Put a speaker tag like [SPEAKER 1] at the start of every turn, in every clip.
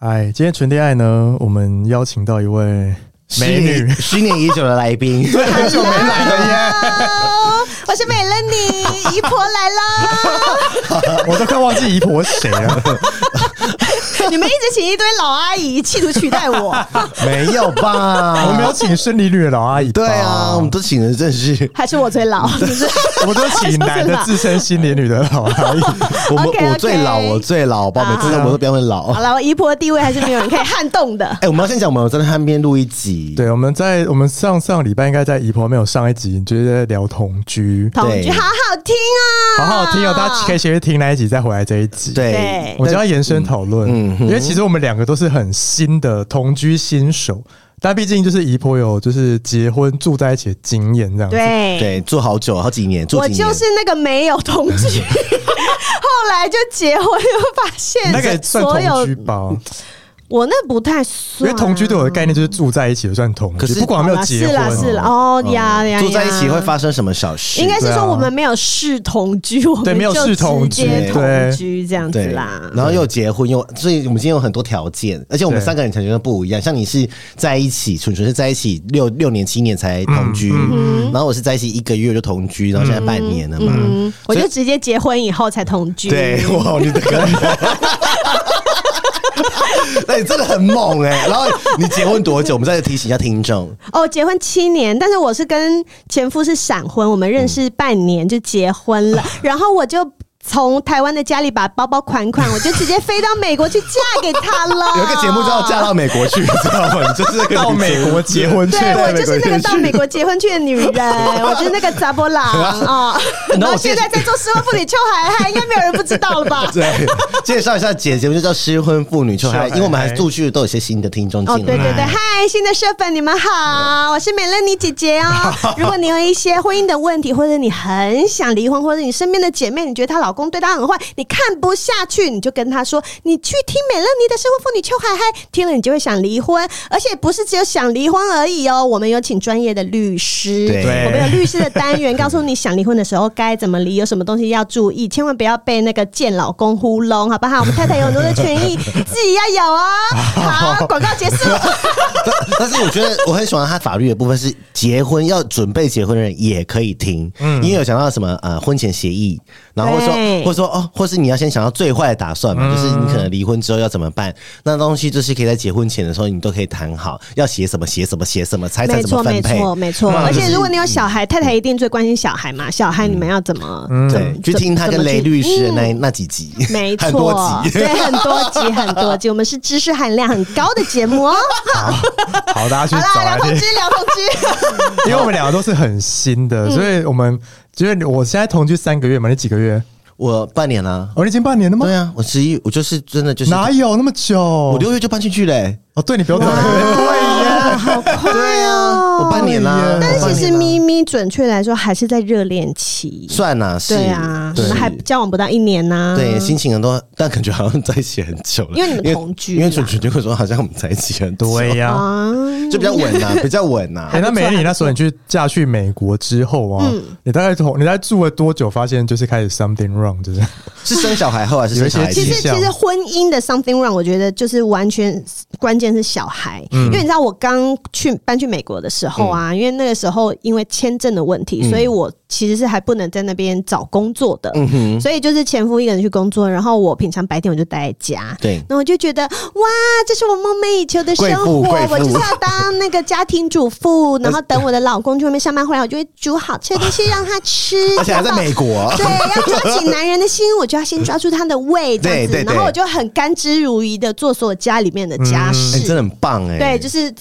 [SPEAKER 1] 哎，今天纯恋爱呢，我们邀请到一位美女，
[SPEAKER 2] 十年已久的来宾，
[SPEAKER 1] 很久没来了耶，
[SPEAKER 3] Hello，我是美乐妮，姨婆来 啦！
[SPEAKER 1] 呃我都快忘记姨婆是谁了。
[SPEAKER 3] 你们一直请一堆老阿姨企图取 代我，
[SPEAKER 2] 没有吧？
[SPEAKER 1] 我们有哦请胜利率的老阿姨吧，
[SPEAKER 2] 对啊，我们都请的正是
[SPEAKER 3] 还是我最老？是不是？
[SPEAKER 1] 我们都请男的自称新年女的老阿姨。
[SPEAKER 2] 我们
[SPEAKER 3] OK，OK
[SPEAKER 2] 我最老，我最老，吧，每次
[SPEAKER 1] 好
[SPEAKER 2] 我都比他们老
[SPEAKER 3] 好。了，我姨婆的地位还是没有人可以撼动的。
[SPEAKER 2] 哎，我们要先讲，我们有在那边录一集，
[SPEAKER 1] 对，我们在我们上上礼拜应该在姨婆没有上一集，就是在聊同居，
[SPEAKER 3] 同居好好听啊，
[SPEAKER 1] 好好听哦，大家可以先去听那一集，再回来这一集。。
[SPEAKER 2] 对
[SPEAKER 3] 对
[SPEAKER 1] 我就要延伸讨论，因为其实我们两个都是很新的同居新手，但毕竟就是姨婆有就是结婚住在一起的经验这样子。
[SPEAKER 3] 对，
[SPEAKER 2] 对，住好久，好几年，住
[SPEAKER 3] 我
[SPEAKER 2] 几年
[SPEAKER 3] 就。是那个没有同 居，后来就结婚，又发现
[SPEAKER 1] 那个算
[SPEAKER 3] 所
[SPEAKER 1] 同
[SPEAKER 3] 有
[SPEAKER 1] 居吧，
[SPEAKER 3] 我那不太
[SPEAKER 1] 因为
[SPEAKER 3] 算，
[SPEAKER 1] 同居对我的概念就是住在一起就算同居，
[SPEAKER 2] 可是
[SPEAKER 1] 不管有没有结
[SPEAKER 3] 好啦
[SPEAKER 1] 婚，
[SPEAKER 3] 是啦是啦，哦呀呀，
[SPEAKER 2] 住在一起
[SPEAKER 3] 呀
[SPEAKER 2] 会发生什么小事？
[SPEAKER 3] 应该是
[SPEAKER 1] 对啊
[SPEAKER 3] 说我们没有视同居，我
[SPEAKER 1] 对
[SPEAKER 3] 们
[SPEAKER 1] 没有
[SPEAKER 3] 就
[SPEAKER 1] 视同居
[SPEAKER 3] 直接
[SPEAKER 1] 对
[SPEAKER 3] 同居这样子
[SPEAKER 2] 对
[SPEAKER 3] 啦。
[SPEAKER 2] 然后又结婚又，所以我们今天有很多条件，而且我们
[SPEAKER 1] 对
[SPEAKER 2] 三个人条件都不一样。像你是在一起，纯纯是在一起六六年七年才同居，
[SPEAKER 1] 嗯
[SPEAKER 2] 然后我是在一起一个月就同居，然后现在半年了嘛。
[SPEAKER 3] 嗯，我就直接结婚以后才同居。
[SPEAKER 2] 对，哇，你的跟我。那你真的很猛哎、然后你结婚多久？我们再提醒一下听众，
[SPEAKER 3] 哦，结婚七年，但是我是跟前夫是闪婚，我们认识半年就结婚了，然后我就。从台湾的家里把包包款款，我就直接飞到美国去嫁给他了。
[SPEAKER 2] 有一个节目叫《嫁到美国去》，你知道吗？你就是那 个
[SPEAKER 1] 到美国结婚去，
[SPEAKER 3] 对，我就是那个
[SPEAKER 1] 去
[SPEAKER 3] 到美国结婚去的女人，我就是那个杂波郎啊。
[SPEAKER 2] 然后我
[SPEAKER 3] 然后
[SPEAKER 2] 现
[SPEAKER 3] 现
[SPEAKER 2] 在
[SPEAKER 3] 在在做失婚妇女邱海涵，应该没有人不知道了吧？
[SPEAKER 2] 对，介绍一下姐节目就叫《失婚妇女》，就还
[SPEAKER 1] 是啊
[SPEAKER 2] 因为我们还陆续都有些新的听众进
[SPEAKER 3] 哦，
[SPEAKER 2] 来。
[SPEAKER 3] 对对对，嗨，新的社粉，你们好，我是美乐妮姐姐哦。如果你有一些婚姻的问题，或者你很想离婚，或者你身边的姐妹，你觉得她老公对她很坏，你看不下去，你就跟她说，你去听美乐妮的《生活妇女邱海嗨》，听了你就会想离婚，而且不是只有想离婚而已哦，我们有请专业的律师，
[SPEAKER 2] 对
[SPEAKER 3] 我们有律师的单元，告诉你想离婚的时候该怎么离，有什么东西要注意，千万不要被那个贱老公糊弄，好不好？我们太太有很多的权益，自己要 有哦。好，广告结束。
[SPEAKER 2] 但 但是我觉得我很喜欢他法律的部分是，结婚要准备结婚的人也可以听，嗯，因为有讲到什么呃婚前协议，然后或者说
[SPEAKER 3] 对嗯
[SPEAKER 2] 或者说哦，或是你要先想到最坏的打算嘛，就是你可能离婚之后要怎么办，那东西就是可以在结婚前的时候你都可以谈好，要写什么写什么写什么，财产
[SPEAKER 3] 没
[SPEAKER 2] 怎么
[SPEAKER 3] 错，
[SPEAKER 2] 分
[SPEAKER 3] 没
[SPEAKER 2] 配，
[SPEAKER 3] 错，没错。
[SPEAKER 2] 嗯
[SPEAKER 3] 而且如果你有小孩，太太一定最关心小孩嘛。小孩你们要怎么？怎么
[SPEAKER 2] 对，去听他跟雷律师的那一那几集，
[SPEAKER 3] 嗯没
[SPEAKER 2] 很多
[SPEAKER 3] 错，
[SPEAKER 2] 集，
[SPEAKER 3] 对，很多集，很多集。我们是知识含量很高的节 目哦。
[SPEAKER 1] 好，大家去
[SPEAKER 3] 好
[SPEAKER 2] 啊
[SPEAKER 1] 找来
[SPEAKER 3] 啦，聊同
[SPEAKER 1] 听
[SPEAKER 3] 居，，聊同居。
[SPEAKER 1] 因为我们两个都是很新
[SPEAKER 3] 嗯
[SPEAKER 1] 的，所以我们就是我现在同居三个月嘛，你几个月？
[SPEAKER 2] 我半年啦，
[SPEAKER 1] 哦，你已经半年了吗
[SPEAKER 2] 对？啊，我十一，我就是真的就是，
[SPEAKER 1] 哪有那么久？
[SPEAKER 2] 我
[SPEAKER 1] 我
[SPEAKER 2] 六月就搬进去嘞、
[SPEAKER 1] 哦，对你不要这么对耶，
[SPEAKER 3] 啊好快
[SPEAKER 2] 对啊，我半年啦、
[SPEAKER 1] 对耶
[SPEAKER 3] 哦但是其
[SPEAKER 2] 我
[SPEAKER 3] 实
[SPEAKER 2] 半年啦
[SPEAKER 3] 咪咪准确来说还是在热恋期。
[SPEAKER 2] 算啦，是
[SPEAKER 3] 对啊，
[SPEAKER 2] 对
[SPEAKER 3] 我们还交往不到一年呢。
[SPEAKER 2] 对，心情很多，但感觉好像在一起很久了，
[SPEAKER 3] 嗯因为你们同居
[SPEAKER 2] 因为
[SPEAKER 3] 啦
[SPEAKER 2] 蠢蠢就会说好像我们在一起很 多，哎
[SPEAKER 1] 对呀。
[SPEAKER 3] 啊，
[SPEAKER 2] 就比较稳啦，比较稳啊啦
[SPEAKER 1] 哎、。那美女，你那时候你去嫁去美国之后啊，
[SPEAKER 3] 嗯
[SPEAKER 1] 你大概从你在住了多久，发现就是开始 something wrong，就是
[SPEAKER 2] 是生小孩后还是
[SPEAKER 1] 有一些
[SPEAKER 2] 生小孩
[SPEAKER 3] 其
[SPEAKER 1] 迹
[SPEAKER 2] 前？
[SPEAKER 3] 实
[SPEAKER 1] 象
[SPEAKER 3] 其实婚姻的 something wrong，我觉得就是完全关键是小孩，
[SPEAKER 2] 嗯
[SPEAKER 3] 因为你知道我刚去搬去美国的时候啊，因为那个时候因为签证的问题，
[SPEAKER 2] 嗯
[SPEAKER 3] 所以我其实是还不能在那边找工作的，所以就是前夫一个人去工作，然后我平常白天我就待在家，
[SPEAKER 2] 对
[SPEAKER 3] 那我就觉得哇，这是我梦寐以求的生活，
[SPEAKER 2] 贵妇贵妇
[SPEAKER 3] 我就是要当那个家庭主妇，然后等我的老公去外面上班回来，我就会煮好吃的东西让他吃，
[SPEAKER 2] 而且还在
[SPEAKER 3] 然后
[SPEAKER 2] 美 国，
[SPEAKER 3] 对，要抓起男人的心，我就要先抓住他的胃，这样
[SPEAKER 2] 对对对
[SPEAKER 3] 子。然后我就很甘之如饴的做所有家里面的家
[SPEAKER 2] 哎，真
[SPEAKER 3] 事，
[SPEAKER 2] 的很棒哎。
[SPEAKER 3] 对，就是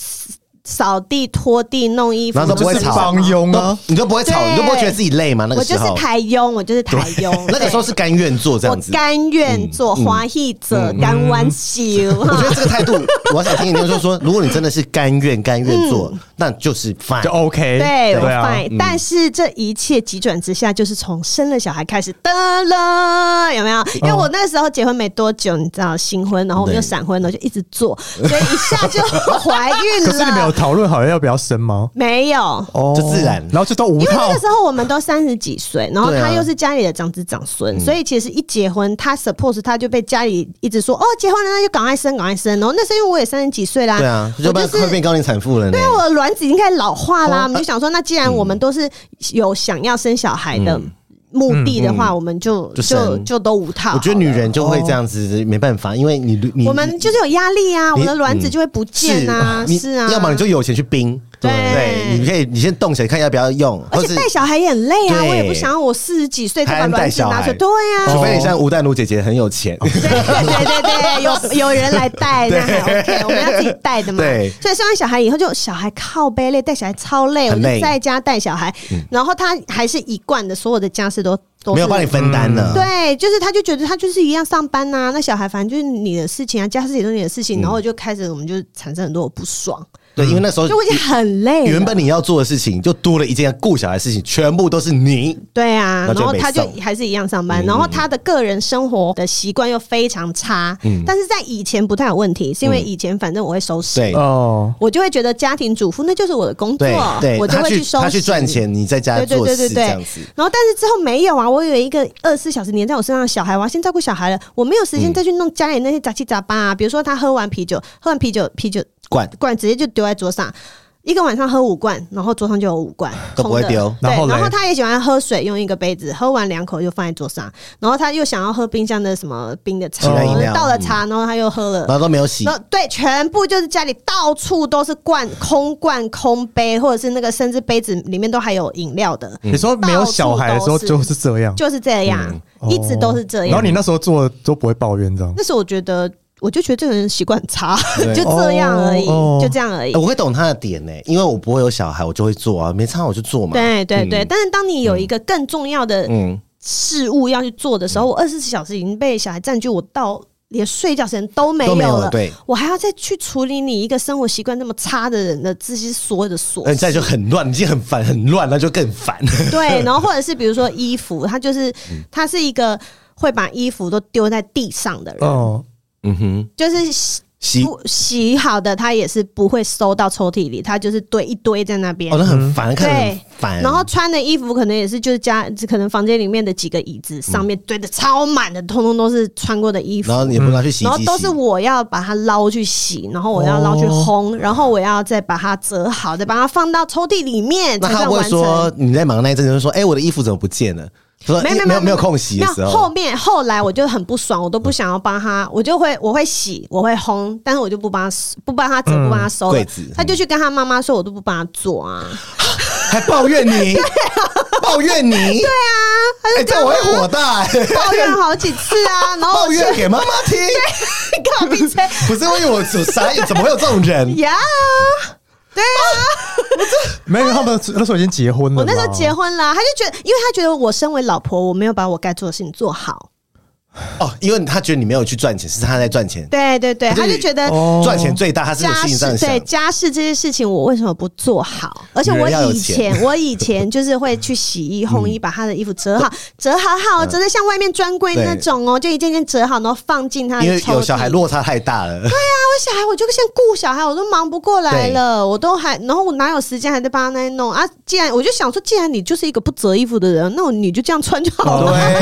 [SPEAKER 3] 扫地、拖地、弄衣服，
[SPEAKER 2] 然后都不会
[SPEAKER 1] 就是
[SPEAKER 2] 吵
[SPEAKER 1] 帮佣啊
[SPEAKER 2] 都，你都不会吵，
[SPEAKER 3] 对
[SPEAKER 2] 你都不会觉得自己累吗？那
[SPEAKER 3] 我
[SPEAKER 2] 个
[SPEAKER 3] 就
[SPEAKER 2] 时
[SPEAKER 3] 是
[SPEAKER 2] 候，
[SPEAKER 3] 台佣，我就是台佣。
[SPEAKER 2] 那个时候是甘愿做这
[SPEAKER 3] 对我
[SPEAKER 2] 样子。嗯
[SPEAKER 3] 甘愿做花艺者，甘弯修
[SPEAKER 2] 我觉
[SPEAKER 3] 哈。
[SPEAKER 2] 得这个 态度，我想听你就是说，如果你真的是甘愿甘愿
[SPEAKER 3] 嗯
[SPEAKER 2] 做，那就是
[SPEAKER 1] 就
[SPEAKER 2] fine。
[SPEAKER 1] OK，
[SPEAKER 3] 对，我
[SPEAKER 1] 啊，
[SPEAKER 3] fine。但是这一切急转直下，就是从生了小孩开始的了，有没有？因为我那时候结婚没多久，你知道新婚，然后我们又
[SPEAKER 2] 对
[SPEAKER 3] 闪婚了，就一直做，所以一下就怀孕了。
[SPEAKER 1] 可是你没有有讨论好要不要生吗？
[SPEAKER 3] 没有。
[SPEAKER 1] 哦
[SPEAKER 2] 就自然
[SPEAKER 1] 然后就都无
[SPEAKER 3] 因为
[SPEAKER 1] 套
[SPEAKER 3] 那个。时候我们都三十几岁，然后
[SPEAKER 2] 对啊
[SPEAKER 3] 他又是家里的长子长孙，所以其实一结婚，他 suppose 他就被家里一直说哦，结婚了那就赶快生，赶快生。然后那时候因为我也三十几岁啦，
[SPEAKER 2] 对啊，
[SPEAKER 3] 我
[SPEAKER 2] 就变
[SPEAKER 3] 就
[SPEAKER 2] 快
[SPEAKER 3] 是
[SPEAKER 2] 变高龄产妇了呢
[SPEAKER 3] 因。为我的卵子已经开始老化
[SPEAKER 2] 哦
[SPEAKER 3] 啦，我们就想说，那既然我们都是有想要生小孩的
[SPEAKER 2] 嗯
[SPEAKER 3] 目的的话，我们就
[SPEAKER 2] 就
[SPEAKER 3] 就
[SPEAKER 2] 生
[SPEAKER 3] 就都无套。
[SPEAKER 2] 我觉得女人就会这样子，没办法，因为你你
[SPEAKER 3] 哦我们就是有压力啊，
[SPEAKER 2] 你
[SPEAKER 3] 我的卵子就会不见啊，
[SPEAKER 2] 你
[SPEAKER 3] 是啊，
[SPEAKER 2] 要么你就有钱去冰，
[SPEAKER 3] 对
[SPEAKER 2] 对，你可以你先动起来看要不要用，
[SPEAKER 3] 而
[SPEAKER 2] 或
[SPEAKER 3] 且
[SPEAKER 2] 是
[SPEAKER 3] 带小孩也很累啊，
[SPEAKER 2] 对
[SPEAKER 3] 我也不想要我四十几岁就把
[SPEAKER 2] 还
[SPEAKER 3] 卵
[SPEAKER 2] 带
[SPEAKER 3] 子
[SPEAKER 2] 小
[SPEAKER 3] 拿
[SPEAKER 2] 孩哦
[SPEAKER 3] 出来，对啊。哦
[SPEAKER 2] 除非你像吴淡如姐姐很有钱，
[SPEAKER 3] 对对对对， 有有人来带，那还 OK，我们要自己带的嘛。
[SPEAKER 2] 对
[SPEAKER 3] 所以生完小孩以后，就小孩靠背累，带小孩超累，我
[SPEAKER 2] 很
[SPEAKER 3] 就
[SPEAKER 2] 累嗯
[SPEAKER 3] 在家带小孩，然后他还是一贯的，所有的家事都都 是
[SPEAKER 2] 没有帮你分担呢。
[SPEAKER 3] 对，啊就是他就觉得他就是一样上班呐、那小孩反正就是你的事情啊，家事也都是你的事
[SPEAKER 2] 嗯
[SPEAKER 3] 情，然后我就开始我们就产生很多的不爽，
[SPEAKER 2] 对，因为那时候
[SPEAKER 3] 就我已经很累了。
[SPEAKER 2] 呃原本你要做的事情，就多了一件要顾小孩的事情，全部都是你。
[SPEAKER 3] 对啊，
[SPEAKER 2] 那
[SPEAKER 3] 然
[SPEAKER 2] 就
[SPEAKER 3] 后
[SPEAKER 2] 没
[SPEAKER 3] 他就
[SPEAKER 2] 送嗯
[SPEAKER 3] 还是一样上班，然后他的个人生活的习惯又非常差，
[SPEAKER 2] 嗯
[SPEAKER 3] 但是在以前不太有问题，是因为以前反正我会收拾，
[SPEAKER 2] 对
[SPEAKER 1] 哦，
[SPEAKER 3] 我就会觉得家庭主妇那就是我的工作
[SPEAKER 2] 对对，，
[SPEAKER 3] 我就
[SPEAKER 2] 他
[SPEAKER 3] 会
[SPEAKER 2] 去
[SPEAKER 3] 收拾，
[SPEAKER 2] 他去赚。钱，你在家
[SPEAKER 3] 对对
[SPEAKER 2] 做
[SPEAKER 3] 对对
[SPEAKER 2] 事这
[SPEAKER 3] 对，
[SPEAKER 2] 样子。
[SPEAKER 3] 然后但是之后没有啊，我有一个二十四小时黏在我身上的小孩，我要先照顾小孩了，我没有时间再去弄家里那些杂七杂八啊。比如说他喝完啤酒， 喝完啤酒啤酒
[SPEAKER 2] 管
[SPEAKER 3] 罐直接就丢在桌上。一个晚上喝五罐，然后桌上就有五罐，
[SPEAKER 2] 都不
[SPEAKER 3] 空的
[SPEAKER 2] 会丢
[SPEAKER 3] 对，
[SPEAKER 1] 然后嘞
[SPEAKER 3] 然后他也喜欢喝水，用一个杯子喝完两口就放在桌上，然后他又想要喝冰箱的什么冰的茶，
[SPEAKER 2] 其他
[SPEAKER 3] 然
[SPEAKER 2] 饮
[SPEAKER 3] 后
[SPEAKER 2] 料嗯
[SPEAKER 3] 倒了茶，然后他又喝了
[SPEAKER 2] 然，后都没有洗
[SPEAKER 3] 然，后对，全部就是家里到处都是罐空罐、空杯，或者是那个甚至杯子里面都还有饮料的，
[SPEAKER 2] 嗯
[SPEAKER 1] 你说没有小孩的时候就是这样，哦
[SPEAKER 3] 就是这样，
[SPEAKER 2] 嗯
[SPEAKER 3] 一直都是
[SPEAKER 2] 哦
[SPEAKER 3] 这
[SPEAKER 1] 然后
[SPEAKER 3] 样。
[SPEAKER 1] 你那时候做的都不会抱怨这样。
[SPEAKER 3] 那时候我觉得，我就觉得这个人习惯很差，
[SPEAKER 2] 对
[SPEAKER 3] 就这样而已，
[SPEAKER 1] 哦哦
[SPEAKER 3] 就这样而已
[SPEAKER 2] 哎。我会懂他的点呢，因为我不会有小孩，我就会做啊，没差我就做嘛。
[SPEAKER 3] 对对对，但是当你有一个更重要的
[SPEAKER 2] 嗯，
[SPEAKER 3] 事物要去做的时候，我二十四小时已经被小孩占据，我到连睡觉时间都没有
[SPEAKER 2] 都没有了
[SPEAKER 3] 了。
[SPEAKER 2] 对
[SPEAKER 3] 我还要再去处理你一个生活习惯那么差的人的这些所有的琐
[SPEAKER 2] 那
[SPEAKER 3] 事
[SPEAKER 2] 你。哎再就很乱，已经很烦，很乱，那就更烦。
[SPEAKER 3] 对，然后或者是比如说衣服，他就是
[SPEAKER 2] 嗯
[SPEAKER 3] 他是一个会把衣服都丢在地上的人，
[SPEAKER 1] 哦，
[SPEAKER 2] 嗯哼，
[SPEAKER 3] 就是洗
[SPEAKER 2] 洗
[SPEAKER 3] 不洗好的他也是不会收到抽屉里，他就是堆一堆在那边。
[SPEAKER 2] 哦，那很烦，看着很
[SPEAKER 3] 对
[SPEAKER 2] 烦。
[SPEAKER 3] 然后穿的衣服可能也是就是家可能房间里面的几个椅子上面堆的超满的，通通都是穿过的衣服
[SPEAKER 2] 然。后你也不拿去洗衣
[SPEAKER 3] 嗯然后
[SPEAKER 2] 机洗，
[SPEAKER 3] 都是我要把它捞去洗，然后我要捞去烘，然后我要再把它折好，再把它放到抽屉里面，
[SPEAKER 2] 那
[SPEAKER 3] 才
[SPEAKER 2] 他
[SPEAKER 3] 算
[SPEAKER 2] 会
[SPEAKER 3] 完成
[SPEAKER 2] 说。你在忙那一阵子，就说：“哎、我的衣服怎么不见了？”说
[SPEAKER 3] 没
[SPEAKER 2] 哎
[SPEAKER 3] 有
[SPEAKER 2] 没
[SPEAKER 3] 没
[SPEAKER 2] 有没有空洗的时
[SPEAKER 3] 没有后
[SPEAKER 2] 候，嗯
[SPEAKER 3] 面后来我就很不爽，我都不想要帮他，我就会我会洗，我会烘，但是我就不帮他不帮他折，不帮他收了
[SPEAKER 2] 嗯柜子嗯
[SPEAKER 3] 他就去跟他妈妈说，我都不帮他做啊，
[SPEAKER 2] 还抱怨你，抱怨你，对啊，哎、这样我会火大、哎
[SPEAKER 3] 抱怨好几次啊，然后 我
[SPEAKER 2] 抱
[SPEAKER 3] 就
[SPEAKER 2] 怨给妈妈听，
[SPEAKER 3] 搞闭嘴
[SPEAKER 2] 不是因为我傻眼，怎么会有这种人？
[SPEAKER 3] 呀。对啊，
[SPEAKER 1] 没有，他们那时候已经结婚了。
[SPEAKER 3] 我那时候结，婚了，他就觉得，因为他觉得我身为老婆，我没有把我该做的事情做好。
[SPEAKER 2] 哦，因为他觉得你没有去赚钱，是他在赚钱，
[SPEAKER 3] 对对对，
[SPEAKER 2] 可
[SPEAKER 3] 他
[SPEAKER 2] 是
[SPEAKER 3] 就觉得
[SPEAKER 1] 哦
[SPEAKER 2] 赚钱最大，他是有
[SPEAKER 3] 家
[SPEAKER 2] 心里这样
[SPEAKER 3] 事
[SPEAKER 2] 想
[SPEAKER 3] 对。家事这些事情，我为什么不做好？而且
[SPEAKER 2] 女
[SPEAKER 3] 我
[SPEAKER 2] 人要有嗯
[SPEAKER 3] 以前我以前就是会去洗衣烘衣，把她的衣服折好，折好好，哦折的像外面专柜那种哦，就一件件折好，然后放进她的
[SPEAKER 2] 因为
[SPEAKER 3] 抽屉。
[SPEAKER 2] 有小孩落差太大了，
[SPEAKER 3] 我小孩，我就先顾小孩，我都忙不过来了，我都还，然后我哪有时间还在帮他那弄啊？既然我就想说，既然你就是一个不折衣服的人，那我你就这样穿就好了。
[SPEAKER 2] 啊，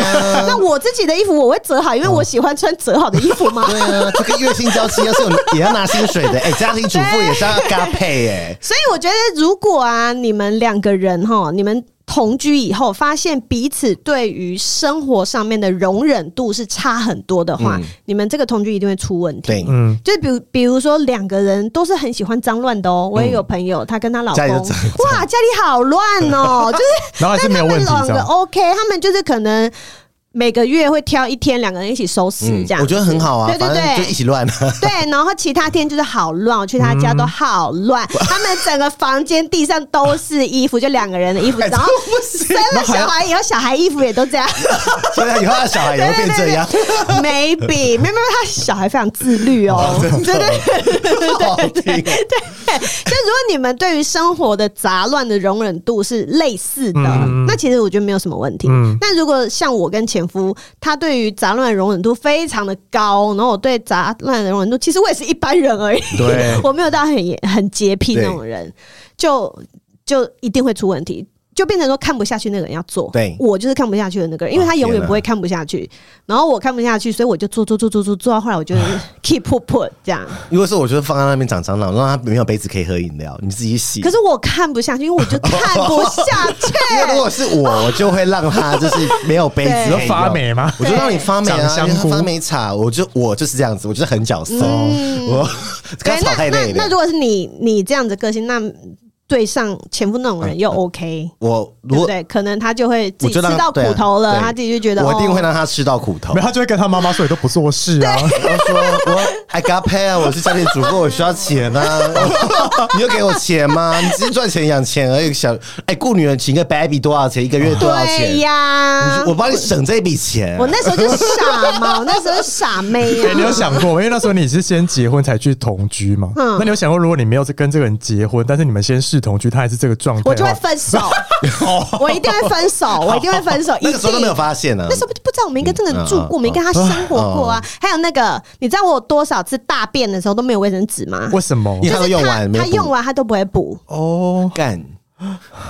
[SPEAKER 2] 哦
[SPEAKER 3] 那我自己的衣服我会折好，因为我喜欢穿折好的衣服嘛。
[SPEAKER 2] 对啊，这个月薪娇妻要 是有也要拿薪水的，哎、家庭主妇也是要搭配、哎。
[SPEAKER 3] 所以我觉得，如果啊，你们两个人哈，你们同居以后，发现彼此对于生活上面的容忍度是差很多的话，你们这个同居一定会出问
[SPEAKER 2] 嗯
[SPEAKER 3] 题。
[SPEAKER 2] 对，
[SPEAKER 1] 嗯，
[SPEAKER 3] 就是比如，比如说两个人都是很喜欢脏乱的哦。我也有朋友，她跟她老公，
[SPEAKER 2] 哎家里就脏
[SPEAKER 3] 哇，家里好乱 哦，就是
[SPEAKER 1] 然后还是没有
[SPEAKER 3] 他
[SPEAKER 1] 问
[SPEAKER 3] 们
[SPEAKER 1] 题
[SPEAKER 3] 两
[SPEAKER 1] 这
[SPEAKER 3] 个哦
[SPEAKER 1] 样。
[SPEAKER 3] OK，他们就是可能每个月会挑一天，两个人一起收拾这样。
[SPEAKER 2] 嗯我觉得很好啊，
[SPEAKER 3] 对对
[SPEAKER 2] 反正
[SPEAKER 3] 对
[SPEAKER 2] 就一起乱啊。
[SPEAKER 3] 对，然后其他天就是好乱，我去他家都好乱，他们整个房间地上都是衣服，就两个人的衣服，然后生了小孩以后，小孩衣服也都这样
[SPEAKER 2] 所以以后他小孩也会变这样。
[SPEAKER 3] ，maybe 没有没有，他小孩非常自律哦，对对对对
[SPEAKER 2] 好好
[SPEAKER 3] 对对
[SPEAKER 2] 听
[SPEAKER 3] 对，就如果你们对于生活的杂
[SPEAKER 2] 嗯
[SPEAKER 3] 乱的容忍度是类似的，那其实我觉得没有什么问题。那如果像我跟前夫，他对于杂乱的容忍度非常的高，然后我对杂乱的容忍度，其实我也是一般人而已，
[SPEAKER 1] 对
[SPEAKER 3] 我没有到很严很洁癖那种人，就就一定会出问题。就变成说看不下去那个人要做，
[SPEAKER 2] 对哦
[SPEAKER 3] 我就是看不下去的那个人，因为他
[SPEAKER 2] 天
[SPEAKER 3] 永远
[SPEAKER 2] 哪
[SPEAKER 3] 不会看不下去，然后我看不下去，所以我就做做做做做做到后 来，我就 keep put put 这样。
[SPEAKER 2] 如果是我，就放在那边长蟑螂，让他没有杯子可以喝饮料，你自己洗。
[SPEAKER 3] 可是我看不下去，因为我就 看不下去。
[SPEAKER 2] 因为如果是我，我就会让他就是没 有杯子
[SPEAKER 3] 对
[SPEAKER 2] 可以
[SPEAKER 1] 你
[SPEAKER 2] 用
[SPEAKER 1] 说发，霉吗？
[SPEAKER 2] 我就让你发霉啊，
[SPEAKER 1] 长香
[SPEAKER 2] 因为他
[SPEAKER 1] 菇
[SPEAKER 2] 发霉茶，我就我就是这样子，我就是很角色，我跟他吵太
[SPEAKER 3] 嗯对，那
[SPEAKER 2] 累
[SPEAKER 3] 那那
[SPEAKER 2] 了。
[SPEAKER 3] 如果是你你这样的个性，那对上前夫那种人又 OK，、
[SPEAKER 2] 我嗯如
[SPEAKER 3] 对不
[SPEAKER 2] 果
[SPEAKER 3] 对？可能他就会自
[SPEAKER 2] 我
[SPEAKER 3] 己吃
[SPEAKER 2] 就让
[SPEAKER 3] 到苦
[SPEAKER 2] 对啊
[SPEAKER 3] 头了，
[SPEAKER 2] 对
[SPEAKER 3] 他自己就觉得
[SPEAKER 2] 我一定会
[SPEAKER 3] 哦
[SPEAKER 2] 让他吃到苦头
[SPEAKER 1] 没有，。他就会跟他妈妈说你都不做事 啊。
[SPEAKER 2] 我说我 I got pay 啊，我是家庭主妇，我需要钱啊， 你有给我钱吗？你只是赚钱养钱而已，想哎雇女人请个 baby 多少钱？一个月多少钱？
[SPEAKER 3] 对呀
[SPEAKER 2] 你。我帮你省这笔钱。
[SPEAKER 3] 我那时候就 傻嘛，我那时候就傻妹
[SPEAKER 1] 哎、
[SPEAKER 3] 啊
[SPEAKER 1] 你。有想过吗？因为那时候你是先结婚才去同居嘛。
[SPEAKER 3] 嗯
[SPEAKER 1] 那你有想过，如果你没有跟这个人结婚，但是你们先试同居，他还是这个状态哦的话，
[SPEAKER 3] 我就
[SPEAKER 2] 啊
[SPEAKER 3] 会 分手，我一定会分手，我一定会分手。
[SPEAKER 2] 哦那个时候
[SPEAKER 3] 一
[SPEAKER 2] 都
[SPEAKER 3] 定
[SPEAKER 2] 没有发现呢、啊
[SPEAKER 3] 那。时候不知道我们应该真的住
[SPEAKER 2] 嗯嗯
[SPEAKER 3] 过，我们应该跟他生活过
[SPEAKER 2] 嗯
[SPEAKER 3] 啊。还有那个，你知道我多少次大便的时候都没有卫生纸吗？
[SPEAKER 1] 为什么
[SPEAKER 2] 因？为他
[SPEAKER 3] 就
[SPEAKER 2] 都
[SPEAKER 3] 是
[SPEAKER 2] 用完，没
[SPEAKER 3] 他
[SPEAKER 2] 有补
[SPEAKER 3] 用完他都不会补，
[SPEAKER 1] 哦，
[SPEAKER 2] 干，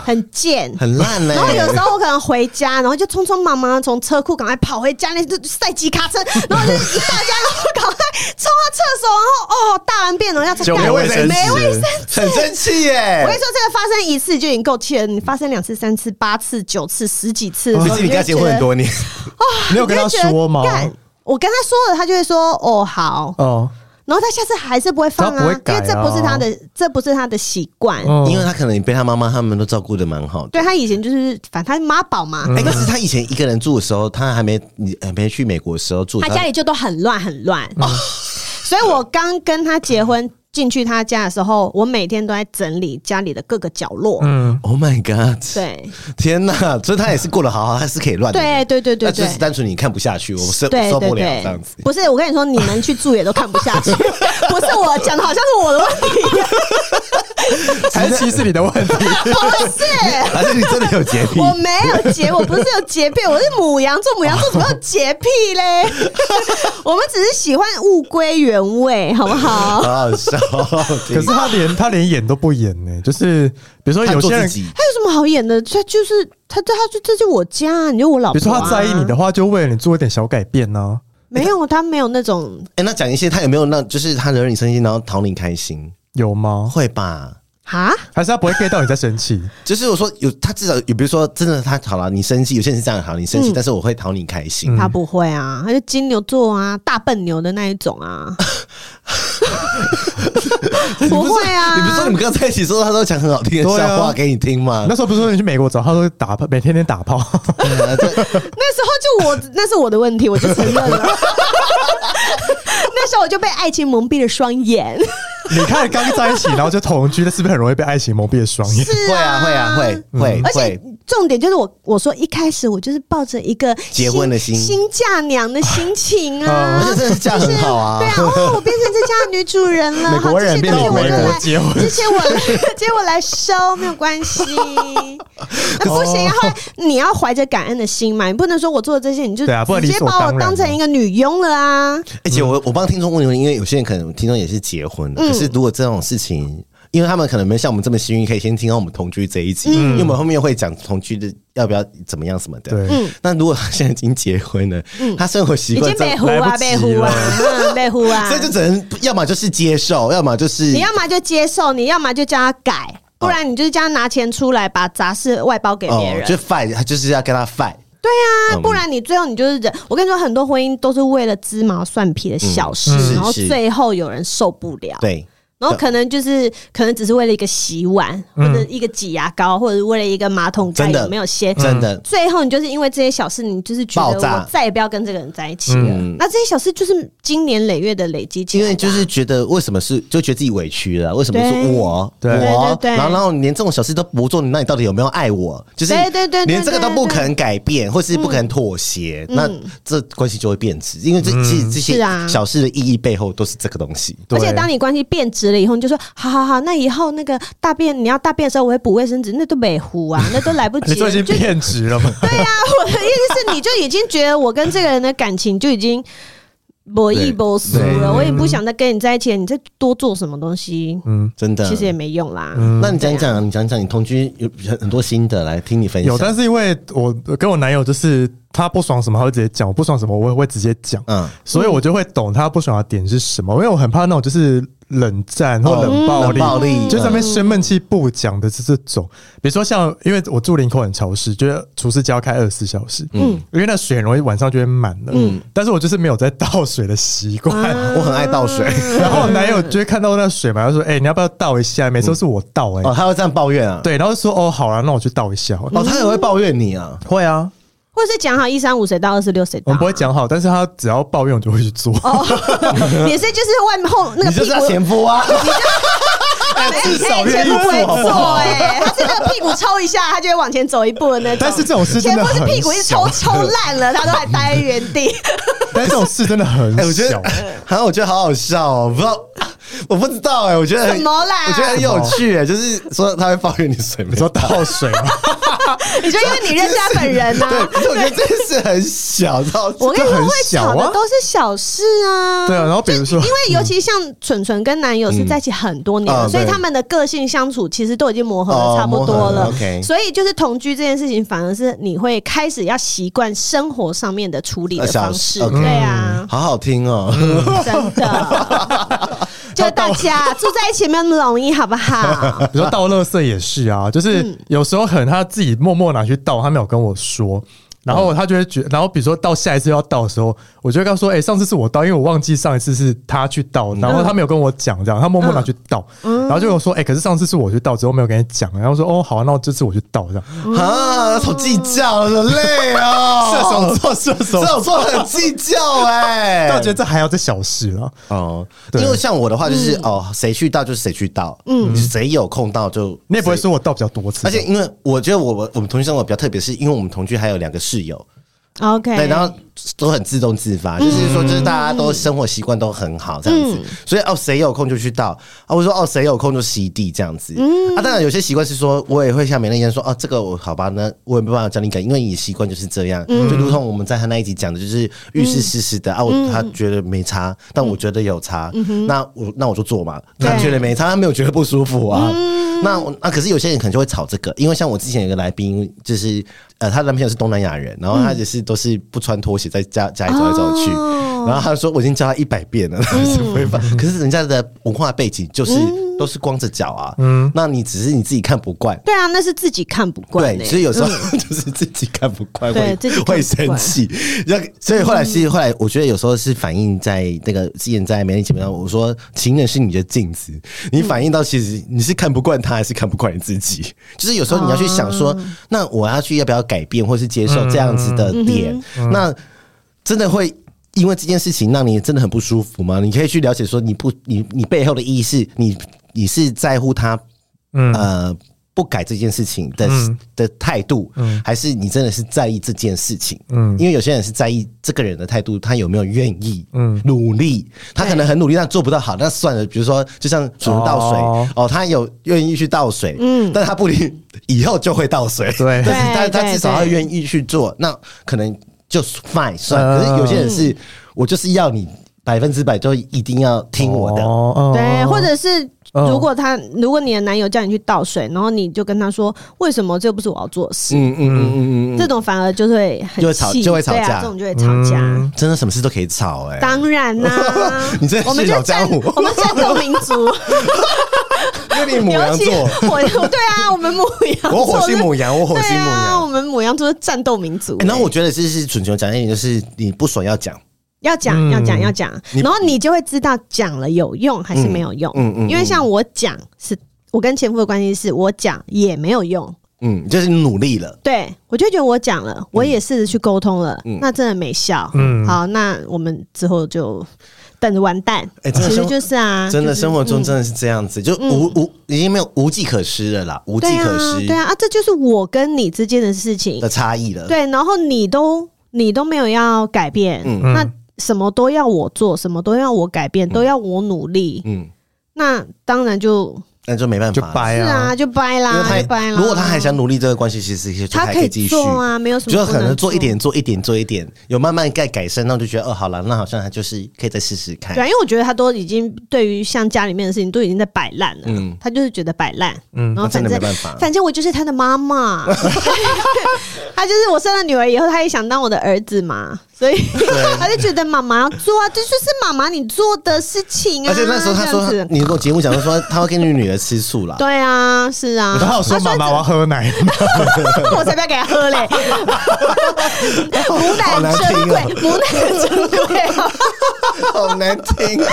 [SPEAKER 3] 很贱。
[SPEAKER 2] 很烂 嘞、
[SPEAKER 3] 然后有时候我可能回家，然后就匆匆忙忙从车库赶快跑回家，那就赛级卡车，然后就一到家，然后赶快冲到厕所，然后哦大完便了要
[SPEAKER 1] 就没卫生纸
[SPEAKER 3] 没卫生
[SPEAKER 2] 很生气耶、
[SPEAKER 3] 我跟你说，这个发生一次就已经够气了，你发生两次、三次、八次、九次、十几次的时
[SPEAKER 2] 毕
[SPEAKER 3] 候，
[SPEAKER 2] 竟你跟他结婚很多年，
[SPEAKER 1] 你有跟他
[SPEAKER 3] 就觉得
[SPEAKER 1] 说吗？
[SPEAKER 3] 干我跟他说了，他就会说哦好，
[SPEAKER 1] 哦，
[SPEAKER 3] 然后他下次还是不会放
[SPEAKER 1] 他
[SPEAKER 3] 啊，
[SPEAKER 1] 不会改啊
[SPEAKER 3] 因为这不是他的，这不是他的习惯。
[SPEAKER 1] 嗯
[SPEAKER 2] 因为他可能被他妈妈他们都照顾的蛮好的。
[SPEAKER 3] 对他以前就是，反正他是妈宝嘛，
[SPEAKER 1] 嗯
[SPEAKER 2] 哎、可是他以前一个人住的时候，他还没你还没去美国的时候住，
[SPEAKER 3] 他家里就都很乱很乱。 所以我刚跟他结婚进去他家的时候，我每天都在整理家里的各个角落。
[SPEAKER 1] 嗯，
[SPEAKER 2] Oh my God！
[SPEAKER 3] 对
[SPEAKER 2] 天哪，所以他也是过得好好，他是可以乱的。
[SPEAKER 3] 对对对对
[SPEAKER 2] 那就
[SPEAKER 3] 对
[SPEAKER 2] 是。单纯你看不下去，我受
[SPEAKER 3] 对
[SPEAKER 2] 受
[SPEAKER 3] 对
[SPEAKER 2] 不了这
[SPEAKER 3] 对
[SPEAKER 2] 样子，。
[SPEAKER 3] 不是我跟你说，你们去住也都看不下去， 不是我讲的，好像是我的问题，
[SPEAKER 1] 还是歧视你的问题。
[SPEAKER 3] 不是
[SPEAKER 2] 还是你啊真的有洁癖？
[SPEAKER 3] 我没有洁，我不是有洁癖，我是母羊座，母羊座怎么有洁癖嘞？ 我们只是喜欢物归原位，好不好？
[SPEAKER 2] 好好笑。
[SPEAKER 1] 可是他连他连演都不演呢、就是比如说
[SPEAKER 2] 他
[SPEAKER 1] 有
[SPEAKER 2] 做
[SPEAKER 1] 些
[SPEAKER 2] 自
[SPEAKER 1] 人，
[SPEAKER 2] 己
[SPEAKER 1] 比
[SPEAKER 3] 他有什么好演的？他就是他，他就这就我家、啊，你就我老婆、
[SPEAKER 1] 如说他在意你的，话，就为了你做一点小改变啊呢、
[SPEAKER 3] 没有，他没有那种
[SPEAKER 2] 哎、那讲一些他有没有让，就是他惹你生气，然后讨你开心，
[SPEAKER 1] 有吗？
[SPEAKER 2] 会吧？
[SPEAKER 3] 啊，
[SPEAKER 1] 还是他不会 get 到你在生气？
[SPEAKER 2] 就是我说有，他至少有，比如说真的他好了，你生气，有些人是这样好，你生
[SPEAKER 3] 嗯
[SPEAKER 2] 气，但是我会讨你开心。
[SPEAKER 3] 他不会啊，他就金牛座啊，大笨牛的那一种啊，不会啊，
[SPEAKER 2] 你不是说你们刚在一起的时候，他都讲很好听的
[SPEAKER 1] 对啊
[SPEAKER 2] 笑话给你听吗？
[SPEAKER 1] 那时候不是说你去美国找他说打炮，每天天打炮，
[SPEAKER 2] 对啊这
[SPEAKER 3] 那时候就我，那是我的问题，我就承 认了。那时候我就被爱情蒙蔽了双眼，
[SPEAKER 1] 你看刚在一起，然后就同居，那是不是很容易被爱情蒙蔽了双眼？
[SPEAKER 3] 是
[SPEAKER 2] 会啊会啊会会
[SPEAKER 3] 而且
[SPEAKER 2] 会，
[SPEAKER 3] 重点就是我，我说一开始我就是抱着一个
[SPEAKER 2] 结婚的
[SPEAKER 3] 新
[SPEAKER 2] 心
[SPEAKER 3] 新嫁娘的心情
[SPEAKER 2] 而
[SPEAKER 3] 啊，
[SPEAKER 2] 且真的这样很好 啊
[SPEAKER 3] 对。啊，哦，我变成这家的女主人了，
[SPEAKER 1] 美国人
[SPEAKER 3] 好这些
[SPEAKER 1] 变
[SPEAKER 3] 东西
[SPEAKER 1] 成
[SPEAKER 3] 我就
[SPEAKER 1] 美国
[SPEAKER 3] 来，
[SPEAKER 1] 结婚
[SPEAKER 3] 这些我 来，这些我来收，没有关 系。那不行，然后你要怀着感恩的心嘛，你不能说我做的这些，你就
[SPEAKER 1] 对啊不能
[SPEAKER 3] 直
[SPEAKER 1] 理
[SPEAKER 3] 接
[SPEAKER 1] 所
[SPEAKER 3] 把我
[SPEAKER 1] 当然
[SPEAKER 3] 当成
[SPEAKER 1] 嘛
[SPEAKER 3] 一个女佣了啊。
[SPEAKER 2] 而且我我帮听众问你们，因为有些人可能听众也是结婚
[SPEAKER 3] 嗯
[SPEAKER 2] 的，可是如果这种事情。因为他们可能没像我们这么幸运，可以先听到我们同居这一集，
[SPEAKER 3] 嗯
[SPEAKER 2] 因为我们后面会讲同居的要不要怎么样什么的。嗯
[SPEAKER 1] 对，
[SPEAKER 2] 那如果他现在已经结婚了，他生活习
[SPEAKER 3] 嗯已
[SPEAKER 2] 惯
[SPEAKER 3] 经
[SPEAKER 2] 真的
[SPEAKER 3] 被呼啊，
[SPEAKER 1] 来不及
[SPEAKER 3] 被呼 啊，嗯被呼 啊
[SPEAKER 2] 所以。就只能要么就是接受，要么就是
[SPEAKER 3] 你要么就接受，你要么就叫他改，不然你就是叫他拿钱出来把杂事外包给别
[SPEAKER 1] 哦
[SPEAKER 3] 人。
[SPEAKER 2] 哦就 fight，他就是要跟他 fight。
[SPEAKER 3] 对啊，
[SPEAKER 2] 嗯
[SPEAKER 3] 不然你最后你就是忍。我跟你说，很多婚姻都是为了鸡毛蒜皮的小事，
[SPEAKER 2] 嗯是
[SPEAKER 3] 然后
[SPEAKER 2] 是
[SPEAKER 3] 最后有人受不了。
[SPEAKER 2] 对，
[SPEAKER 3] 然后可能就是可能只是为了一个洗碗，
[SPEAKER 1] 嗯
[SPEAKER 3] 或者一个挤牙膏，或者是为了一个马桶盖
[SPEAKER 2] 真的
[SPEAKER 3] 有没有掀，
[SPEAKER 1] 嗯
[SPEAKER 2] 真的
[SPEAKER 3] 最后你就是因为这些小事，你就是觉
[SPEAKER 2] 爆
[SPEAKER 3] 得
[SPEAKER 2] 炸
[SPEAKER 3] 我再也不要跟这个人在一起了。
[SPEAKER 2] 嗯
[SPEAKER 3] 那这些小事就是经年累月的累积起
[SPEAKER 2] 因
[SPEAKER 3] 来的啊，
[SPEAKER 2] 为就是觉得为什么是就觉得自己委屈了，为什么是
[SPEAKER 3] 对
[SPEAKER 2] 我
[SPEAKER 1] 对
[SPEAKER 2] 我
[SPEAKER 3] 对对，对
[SPEAKER 2] 然后然后你连这种小事都不做，你那你到底有没有爱我？就是
[SPEAKER 3] 对对对对
[SPEAKER 2] 连这个都不
[SPEAKER 3] 对对嗯
[SPEAKER 2] 肯改变，或是不肯妥协，那这关系
[SPEAKER 1] 嗯
[SPEAKER 2] 就会变质，因为这这这些
[SPEAKER 3] 是啊
[SPEAKER 2] 小事的意义背后都是这个东西。
[SPEAKER 3] 而且
[SPEAKER 1] 对
[SPEAKER 3] 当你关系变质职了以后，你就说好好好，那以后那个大便你要大便的时候，我会补卫生纸，那都没糊 啊，那都来不及
[SPEAKER 1] 你
[SPEAKER 3] 了。
[SPEAKER 1] 最近
[SPEAKER 3] 就
[SPEAKER 1] 变质了吗？
[SPEAKER 3] 对呀、我的意思是，你就已经觉得我跟这个人的感情就已经博弈博输
[SPEAKER 2] 对
[SPEAKER 3] 了，我也不想再跟你在一起了，你再多做什么东西，
[SPEAKER 1] 嗯，
[SPEAKER 2] 真的。
[SPEAKER 3] 其实也没用啦。
[SPEAKER 2] 那你讲讲啊，你讲讲你同居有很很多心得，来听你分享。
[SPEAKER 1] 有， 但是因为我跟我男友就是他不爽什么，他会直接讲；我不爽什么，我也会直接讲。
[SPEAKER 2] 嗯，
[SPEAKER 1] 所以我就会懂他不爽的点是什么，因为我很怕那种就是冷战或冷暴力，
[SPEAKER 2] 哦冷暴力
[SPEAKER 1] 就在那边生闷气不讲的是这种。比如说像，因为我住林口很潮湿，就是厨师机要开二十四小时，嗯，因为那水很容易晚上就会满了，嗯，但是我就是没有在倒水的习惯。
[SPEAKER 2] 我很爱倒水。
[SPEAKER 1] 然后我男友就会看到那水嘛，他说：“哎、你要不要倒一下？每次都是我倒、哎、
[SPEAKER 2] 哦，他会这样抱怨啊？，
[SPEAKER 1] 对，然后就说：“哦，好了，那我去倒一下。
[SPEAKER 2] 哦，他也会抱怨你啊。
[SPEAKER 1] 会啊，
[SPEAKER 3] 或者是讲好一三五谁到二四六谁
[SPEAKER 1] 我
[SPEAKER 3] 到
[SPEAKER 1] 们不，会讲好，但是他只要抱怨，我就会去做。
[SPEAKER 3] 也是就是外面后那个
[SPEAKER 2] 你就
[SPEAKER 3] 屁
[SPEAKER 2] 是要
[SPEAKER 3] 股。
[SPEAKER 2] 前夫 啊！
[SPEAKER 3] 哎
[SPEAKER 2] 至少愿意
[SPEAKER 3] 前夫不会
[SPEAKER 2] 做好不
[SPEAKER 3] 做
[SPEAKER 2] 好
[SPEAKER 3] 哎、他是那个屁股抽一下，他就会往前走一步的那种。
[SPEAKER 1] 但是这种事
[SPEAKER 3] 前
[SPEAKER 1] 真的
[SPEAKER 3] 夫是
[SPEAKER 1] 很
[SPEAKER 3] 屁股一直
[SPEAKER 1] 小
[SPEAKER 3] 抽抽烂了，他都还待在原 地。
[SPEAKER 1] 但这种事真的很
[SPEAKER 2] 哎、我觉
[SPEAKER 1] 小
[SPEAKER 2] 得，， 好像我觉得好好笑哦，不知道，我不知道哎、我觉得很
[SPEAKER 3] 怎么啦
[SPEAKER 2] 我觉得很有趣哎、就是说他会抱怨你水没
[SPEAKER 1] 你说倒水 吗？
[SPEAKER 3] 你就因为你认识他本人啊
[SPEAKER 2] 对，
[SPEAKER 3] 呐、
[SPEAKER 2] 可是我觉得这件事很小，知道
[SPEAKER 3] 我跟你
[SPEAKER 1] 这
[SPEAKER 3] 说，
[SPEAKER 1] 很
[SPEAKER 3] 会
[SPEAKER 1] 小
[SPEAKER 3] 吵的
[SPEAKER 1] 啊
[SPEAKER 3] 都是小事啊。
[SPEAKER 1] 对啊，然后比如说
[SPEAKER 3] 因，为尤其像蠢蠢跟男友是在一起很多年了，
[SPEAKER 2] 嗯嗯啊
[SPEAKER 3] 所以
[SPEAKER 2] 对
[SPEAKER 3] 他们的个性相处其实都已经磨合的
[SPEAKER 2] 哦
[SPEAKER 3] 差不
[SPEAKER 2] 磨
[SPEAKER 3] 多
[SPEAKER 2] 合
[SPEAKER 3] 了。
[SPEAKER 2] 了，OK
[SPEAKER 3] 所以就是同居这件事情，反而是你会开始要习惯生活上面的处理的
[SPEAKER 2] 呃小
[SPEAKER 3] 方式。
[SPEAKER 2] 事，OK
[SPEAKER 3] 对啊，
[SPEAKER 2] 好好听哦。
[SPEAKER 1] 嗯
[SPEAKER 3] 真的。 就大家住在一起没有那么容易，好 不好？
[SPEAKER 1] 比如说倒垃圾也是啊，就是
[SPEAKER 3] 嗯
[SPEAKER 1] 有时候可能他自己默默拿去倒，他没有跟我说。然后他就会觉，然后比如说到下一次要倒的时候，我就会告诉说，哎、上次是我倒，因为我忘记上一次是他去倒，然
[SPEAKER 3] 嗯
[SPEAKER 1] 后他没有跟我讲，这样他默默拿去倒，然后就跟我说，哎、可是上次是我去倒，之后没有跟你讲，然后说，哦，好啊、那这次我去倒，这样。
[SPEAKER 2] 啊，好计较，好累哦。
[SPEAKER 1] 座，射手
[SPEAKER 2] 射手座很计较哎、
[SPEAKER 1] 但我觉得这还要这小事啊了，
[SPEAKER 2] 哦，因为像我的话
[SPEAKER 3] 嗯
[SPEAKER 2] 就是、哦，谁去到就是谁去到，嗯，谁有空到就
[SPEAKER 1] 你也不会
[SPEAKER 2] 谁
[SPEAKER 1] 说我倒比较多次，
[SPEAKER 2] 而且因为我觉得我我我们同居生活比较特别，是因为我们同居还有两个室友，
[SPEAKER 3] OK，
[SPEAKER 2] 对，然后都很自动自发，就是说，就是大家都生活习惯都很好这样子，所以哦，谁有空就去倒啊，我说哦，谁有空就吸地这样子、啊。当然有些习惯是说，我也会像美乐一样说哦，这个我好吧，那我也没办法教你改，因为你的习惯就是这样，就如同我们在他那一集讲的，就是浴室湿湿的、啊，我他觉得没差，但我觉得有差，那我那我就做嘛，他觉得没差，他没有觉得不舒服啊。那我那可是有些人可能就会吵这个，因为像我之前有个来宾，就是呃，她男朋友是东南亚人，然后他也是都是不穿拖鞋在家家里走来走去，
[SPEAKER 3] 哦
[SPEAKER 2] 然后他说我已经教他一百遍了，他还是不会放。可是人家的文化背景就是、都是光着脚啊，嗯，那你只是你自己看不惯。
[SPEAKER 3] 对啊，那是自己看不惯、欸。
[SPEAKER 2] 对，所以有时候 就是自己看不惯，
[SPEAKER 3] 对
[SPEAKER 2] 会
[SPEAKER 3] 自己
[SPEAKER 2] 会
[SPEAKER 3] 看不惯嗯
[SPEAKER 2] 生气。然后，所以后来是后来，我觉得有时候是反映在那个之前在媒体节目上，我说情人是你的镜子，
[SPEAKER 3] 嗯
[SPEAKER 2] 你反映到其实你是看不惯他，还是看不惯你自己？就是有时候你要去想说，
[SPEAKER 3] 哦
[SPEAKER 2] 那我要去要不要改变，或是接受这样子
[SPEAKER 3] 嗯
[SPEAKER 2] 的点？那真的会因为这件事情让你真的很不舒服吗？你可以去了解说，你不，你你背后的意义是你你是在乎他，
[SPEAKER 1] 嗯
[SPEAKER 2] 呃，不改这件事情的、的态度，
[SPEAKER 1] 嗯
[SPEAKER 2] 还是你真的是在意这件事情？嗯，因为有些人是在意这个人的态度，他有没有愿意，嗯，努力，他可能很努力，但做不到好，那算了。比如说，就像主人倒水，
[SPEAKER 1] 哦
[SPEAKER 2] 哦他有愿意去倒水，嗯，但他不理，以后就会倒水，
[SPEAKER 1] 对
[SPEAKER 2] 但是他
[SPEAKER 3] 对
[SPEAKER 2] 他
[SPEAKER 3] 对
[SPEAKER 2] 至少要
[SPEAKER 3] 对
[SPEAKER 2] 愿意去做，那可能就 fine 算。
[SPEAKER 1] 嗯
[SPEAKER 2] 可是有些人是，我就是要你百分之百就一定要听我的，
[SPEAKER 1] 哦哦
[SPEAKER 3] 对，或者是
[SPEAKER 1] 嗯
[SPEAKER 2] 哦
[SPEAKER 3] 如果他、如果你的男友叫你去倒水，然后你就跟他说为什么这不是我要做的事，
[SPEAKER 2] 嗯嗯嗯嗯嗯
[SPEAKER 3] 这种反而就会很
[SPEAKER 2] 就会吵
[SPEAKER 3] 气
[SPEAKER 2] 就会吵
[SPEAKER 3] 对啊
[SPEAKER 2] 架
[SPEAKER 3] 这种就会吵架。
[SPEAKER 1] 嗯
[SPEAKER 2] 真的什么事都可以吵哎、
[SPEAKER 3] 当然啦、
[SPEAKER 2] 你真的是
[SPEAKER 3] 我们就
[SPEAKER 2] 老
[SPEAKER 3] 战
[SPEAKER 2] 江湖
[SPEAKER 3] 我们战斗民族，
[SPEAKER 2] 因为你母
[SPEAKER 3] 尤
[SPEAKER 2] 羊
[SPEAKER 3] 其
[SPEAKER 2] 座，
[SPEAKER 3] 我对啊，我们母羊座
[SPEAKER 2] 我火星
[SPEAKER 3] 是
[SPEAKER 2] 母羊，我火星母
[SPEAKER 3] 对啊，我
[SPEAKER 2] 羊。
[SPEAKER 3] 们母羊座是战斗民族、
[SPEAKER 2] 欸然后我觉得这是准确讲一点，就是你不爽要讲，
[SPEAKER 3] 要讲
[SPEAKER 1] 嗯
[SPEAKER 3] 要讲要讲，
[SPEAKER 2] 你
[SPEAKER 3] 然后你就会知道讲了有用还是没有用。
[SPEAKER 2] 嗯嗯嗯
[SPEAKER 3] 因为像我讲是，我跟前夫的关系是我讲也没有用，
[SPEAKER 2] 嗯，就是你努力了，
[SPEAKER 3] 对我就觉得我讲了，我也试着去沟通了，
[SPEAKER 2] 嗯
[SPEAKER 3] 那真的没效。
[SPEAKER 1] 嗯
[SPEAKER 3] 好，那我们之后就等着完蛋。
[SPEAKER 2] 哎真的
[SPEAKER 3] 其实
[SPEAKER 2] 生
[SPEAKER 3] 就是啊，
[SPEAKER 2] 真的
[SPEAKER 3] 就是
[SPEAKER 2] 生活中真的是这样子，就
[SPEAKER 3] 嗯
[SPEAKER 2] 无无已经没有无计可施了啦，无计
[SPEAKER 3] 对
[SPEAKER 2] 可
[SPEAKER 3] 啊，
[SPEAKER 2] 施
[SPEAKER 3] 对啊，啊，这就是我跟你之间的事情
[SPEAKER 2] 的。差异了。
[SPEAKER 3] 对，然后你都你都没有要改变，
[SPEAKER 2] 嗯
[SPEAKER 3] 那什么都要我做，什么都要我改变，都要我努力。
[SPEAKER 2] 嗯，
[SPEAKER 3] 那当然就
[SPEAKER 2] 那就没办
[SPEAKER 1] 就
[SPEAKER 2] 法了。
[SPEAKER 1] 掰
[SPEAKER 3] 是
[SPEAKER 1] 啊
[SPEAKER 3] 啊，，就掰
[SPEAKER 2] 因为
[SPEAKER 3] 啦，就
[SPEAKER 2] 他
[SPEAKER 3] 掰啦。
[SPEAKER 2] 如果他还想努力这个关系，其实就
[SPEAKER 3] 他
[SPEAKER 2] 还
[SPEAKER 3] 可
[SPEAKER 2] 以
[SPEAKER 3] 以
[SPEAKER 2] 继续
[SPEAKER 3] 做啊没有什么
[SPEAKER 2] 就
[SPEAKER 3] 不
[SPEAKER 2] 可能
[SPEAKER 3] 能
[SPEAKER 2] 做一
[SPEAKER 3] 做
[SPEAKER 2] 点，做一点，做一点，有慢慢改改善，那我就觉得哦，好了，那好像还就是可以再试试看
[SPEAKER 3] 对、。啊，因为我觉得他都已经对于像家里面的事情都已经在摆烂了，
[SPEAKER 2] 嗯
[SPEAKER 3] 他就是觉得摆烂，
[SPEAKER 1] 嗯
[SPEAKER 3] 然后
[SPEAKER 2] 那真
[SPEAKER 3] 反
[SPEAKER 2] 的
[SPEAKER 3] 正
[SPEAKER 2] 没办法
[SPEAKER 3] 反正我就是他的 妈妈，他就是我生了女儿以后，他也想当我的儿子嘛，所以 他就觉得妈妈要做啊，这就是妈妈你做的事情啊。
[SPEAKER 2] 而且那时候他说
[SPEAKER 3] 这样
[SPEAKER 2] 他，
[SPEAKER 3] 子
[SPEAKER 2] 你跟我节目讲说他会跟你女儿吃素啦，
[SPEAKER 3] 对啊，是 啊，
[SPEAKER 1] 然后我说妈妈我要喝奶，
[SPEAKER 3] 我才不要给他喝嘞！母
[SPEAKER 2] 好
[SPEAKER 3] 奶
[SPEAKER 2] 难
[SPEAKER 3] 珍
[SPEAKER 2] 听
[SPEAKER 3] 贵
[SPEAKER 2] 哦，
[SPEAKER 3] 母奶珍 贵啊！
[SPEAKER 2] 好难听啊！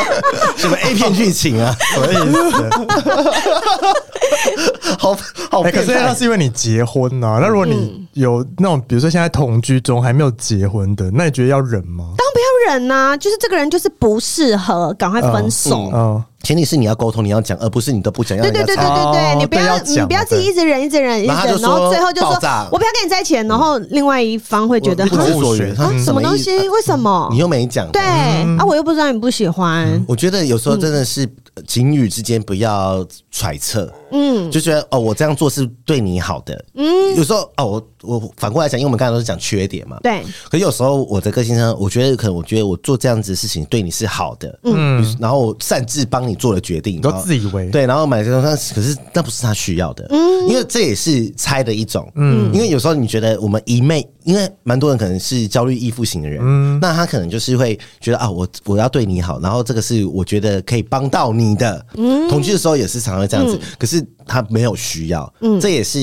[SPEAKER 2] 什么 A 片剧情啊，
[SPEAKER 1] 所以
[SPEAKER 2] 好 好
[SPEAKER 1] 哎，可
[SPEAKER 2] 哦变
[SPEAKER 1] 是那
[SPEAKER 2] 态。
[SPEAKER 1] 是因为你结婚呐、那如果你有那种，比如说现在同居中还没有结婚的，那你觉得要忍吗？
[SPEAKER 3] 当然不要忍呐、就是这个人就是不适合，赶快分手。
[SPEAKER 1] 嗯，
[SPEAKER 2] 前提是你要沟通，你要讲，而不是你都不讲，让
[SPEAKER 3] 对
[SPEAKER 2] 人
[SPEAKER 3] 对
[SPEAKER 2] 家
[SPEAKER 3] 对对
[SPEAKER 2] 猜
[SPEAKER 3] 对对，
[SPEAKER 1] 哦
[SPEAKER 3] 你不要
[SPEAKER 1] 对要讲
[SPEAKER 3] 你不要自己
[SPEAKER 1] 对
[SPEAKER 3] 一直忍，一直忍，一直
[SPEAKER 2] 然后他就
[SPEAKER 3] 忍，然后
[SPEAKER 2] 说
[SPEAKER 3] 最后就说
[SPEAKER 2] 爆炸
[SPEAKER 3] 我不要跟你在一起，然后另外一方会觉得
[SPEAKER 2] 我不
[SPEAKER 1] 很
[SPEAKER 2] 知
[SPEAKER 3] 啊
[SPEAKER 2] 所云，
[SPEAKER 1] 嗯
[SPEAKER 2] 他
[SPEAKER 3] 什么东
[SPEAKER 2] 意思
[SPEAKER 3] 西？为什么
[SPEAKER 2] 你？又没讲，嗯
[SPEAKER 3] 对啊，我又不知道你不喜欢。
[SPEAKER 2] 我觉得有时候真的是呃情侣之间不要揣测，嗯，就觉得哦，我这样做是对你好的，嗯，有时候哦，我我反过来讲，因为我们刚才都是讲缺点嘛，。
[SPEAKER 3] 对，
[SPEAKER 2] 可有时候我的个性上，我觉得可能我觉得我做这样子的事情对你是好的，嗯，然后我擅自帮你做了决定，
[SPEAKER 1] 你都
[SPEAKER 2] 然后
[SPEAKER 1] 自以为
[SPEAKER 2] 对，然后买这种，但是可是那不是他需要的，嗯，因为这也是猜的一种，嗯，因为有时候你觉得我们一昧，因为蛮多人可能是焦虑依附型的人，嗯，那他可能就是会觉得啊，我我要对你好，然后这个是我觉得可以帮到你的，嗯，同居的时候也是常常会这样子，
[SPEAKER 3] 嗯
[SPEAKER 2] 可是他没有需要，嗯，这也是。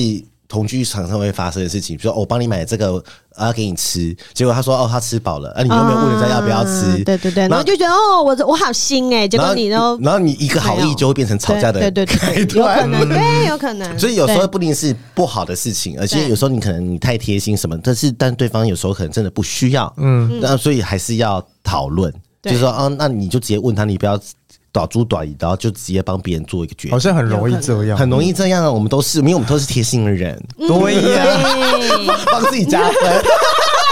[SPEAKER 2] 同居常常会发生的事情，比如说、哦我帮你买这个，啊给你吃，结果他说哦他吃饱了，啊你又没有问人家要不要吃，
[SPEAKER 3] 啊对对对，然
[SPEAKER 2] 那
[SPEAKER 3] 后就觉得哦，我我好心哎，结
[SPEAKER 2] 然
[SPEAKER 3] 果
[SPEAKER 2] 后
[SPEAKER 3] 你都
[SPEAKER 2] 然后你一个好
[SPEAKER 3] 没
[SPEAKER 2] 意
[SPEAKER 3] 有
[SPEAKER 2] 就会变成吵架的
[SPEAKER 3] 对对对对，对有可能，对，有可能。
[SPEAKER 2] 嗯所以有时候
[SPEAKER 3] 对
[SPEAKER 2] 不一定是不好的事情，而且
[SPEAKER 3] 对
[SPEAKER 2] 有时候你可能你太贴心什么，但是但对方有时候可能真的不需要，嗯，那所以还是要讨论，就
[SPEAKER 3] 对
[SPEAKER 2] 是说啊，那你就直接问他，你不要短租短移，然后就直接帮别人做一个决
[SPEAKER 1] 好
[SPEAKER 2] 定，
[SPEAKER 1] 像很容易这样，
[SPEAKER 2] 很容易这样啊。我们都是，因为我们都是贴心的人，
[SPEAKER 3] 嗯
[SPEAKER 1] 对呀、
[SPEAKER 3] 对
[SPEAKER 2] 帮自己加分。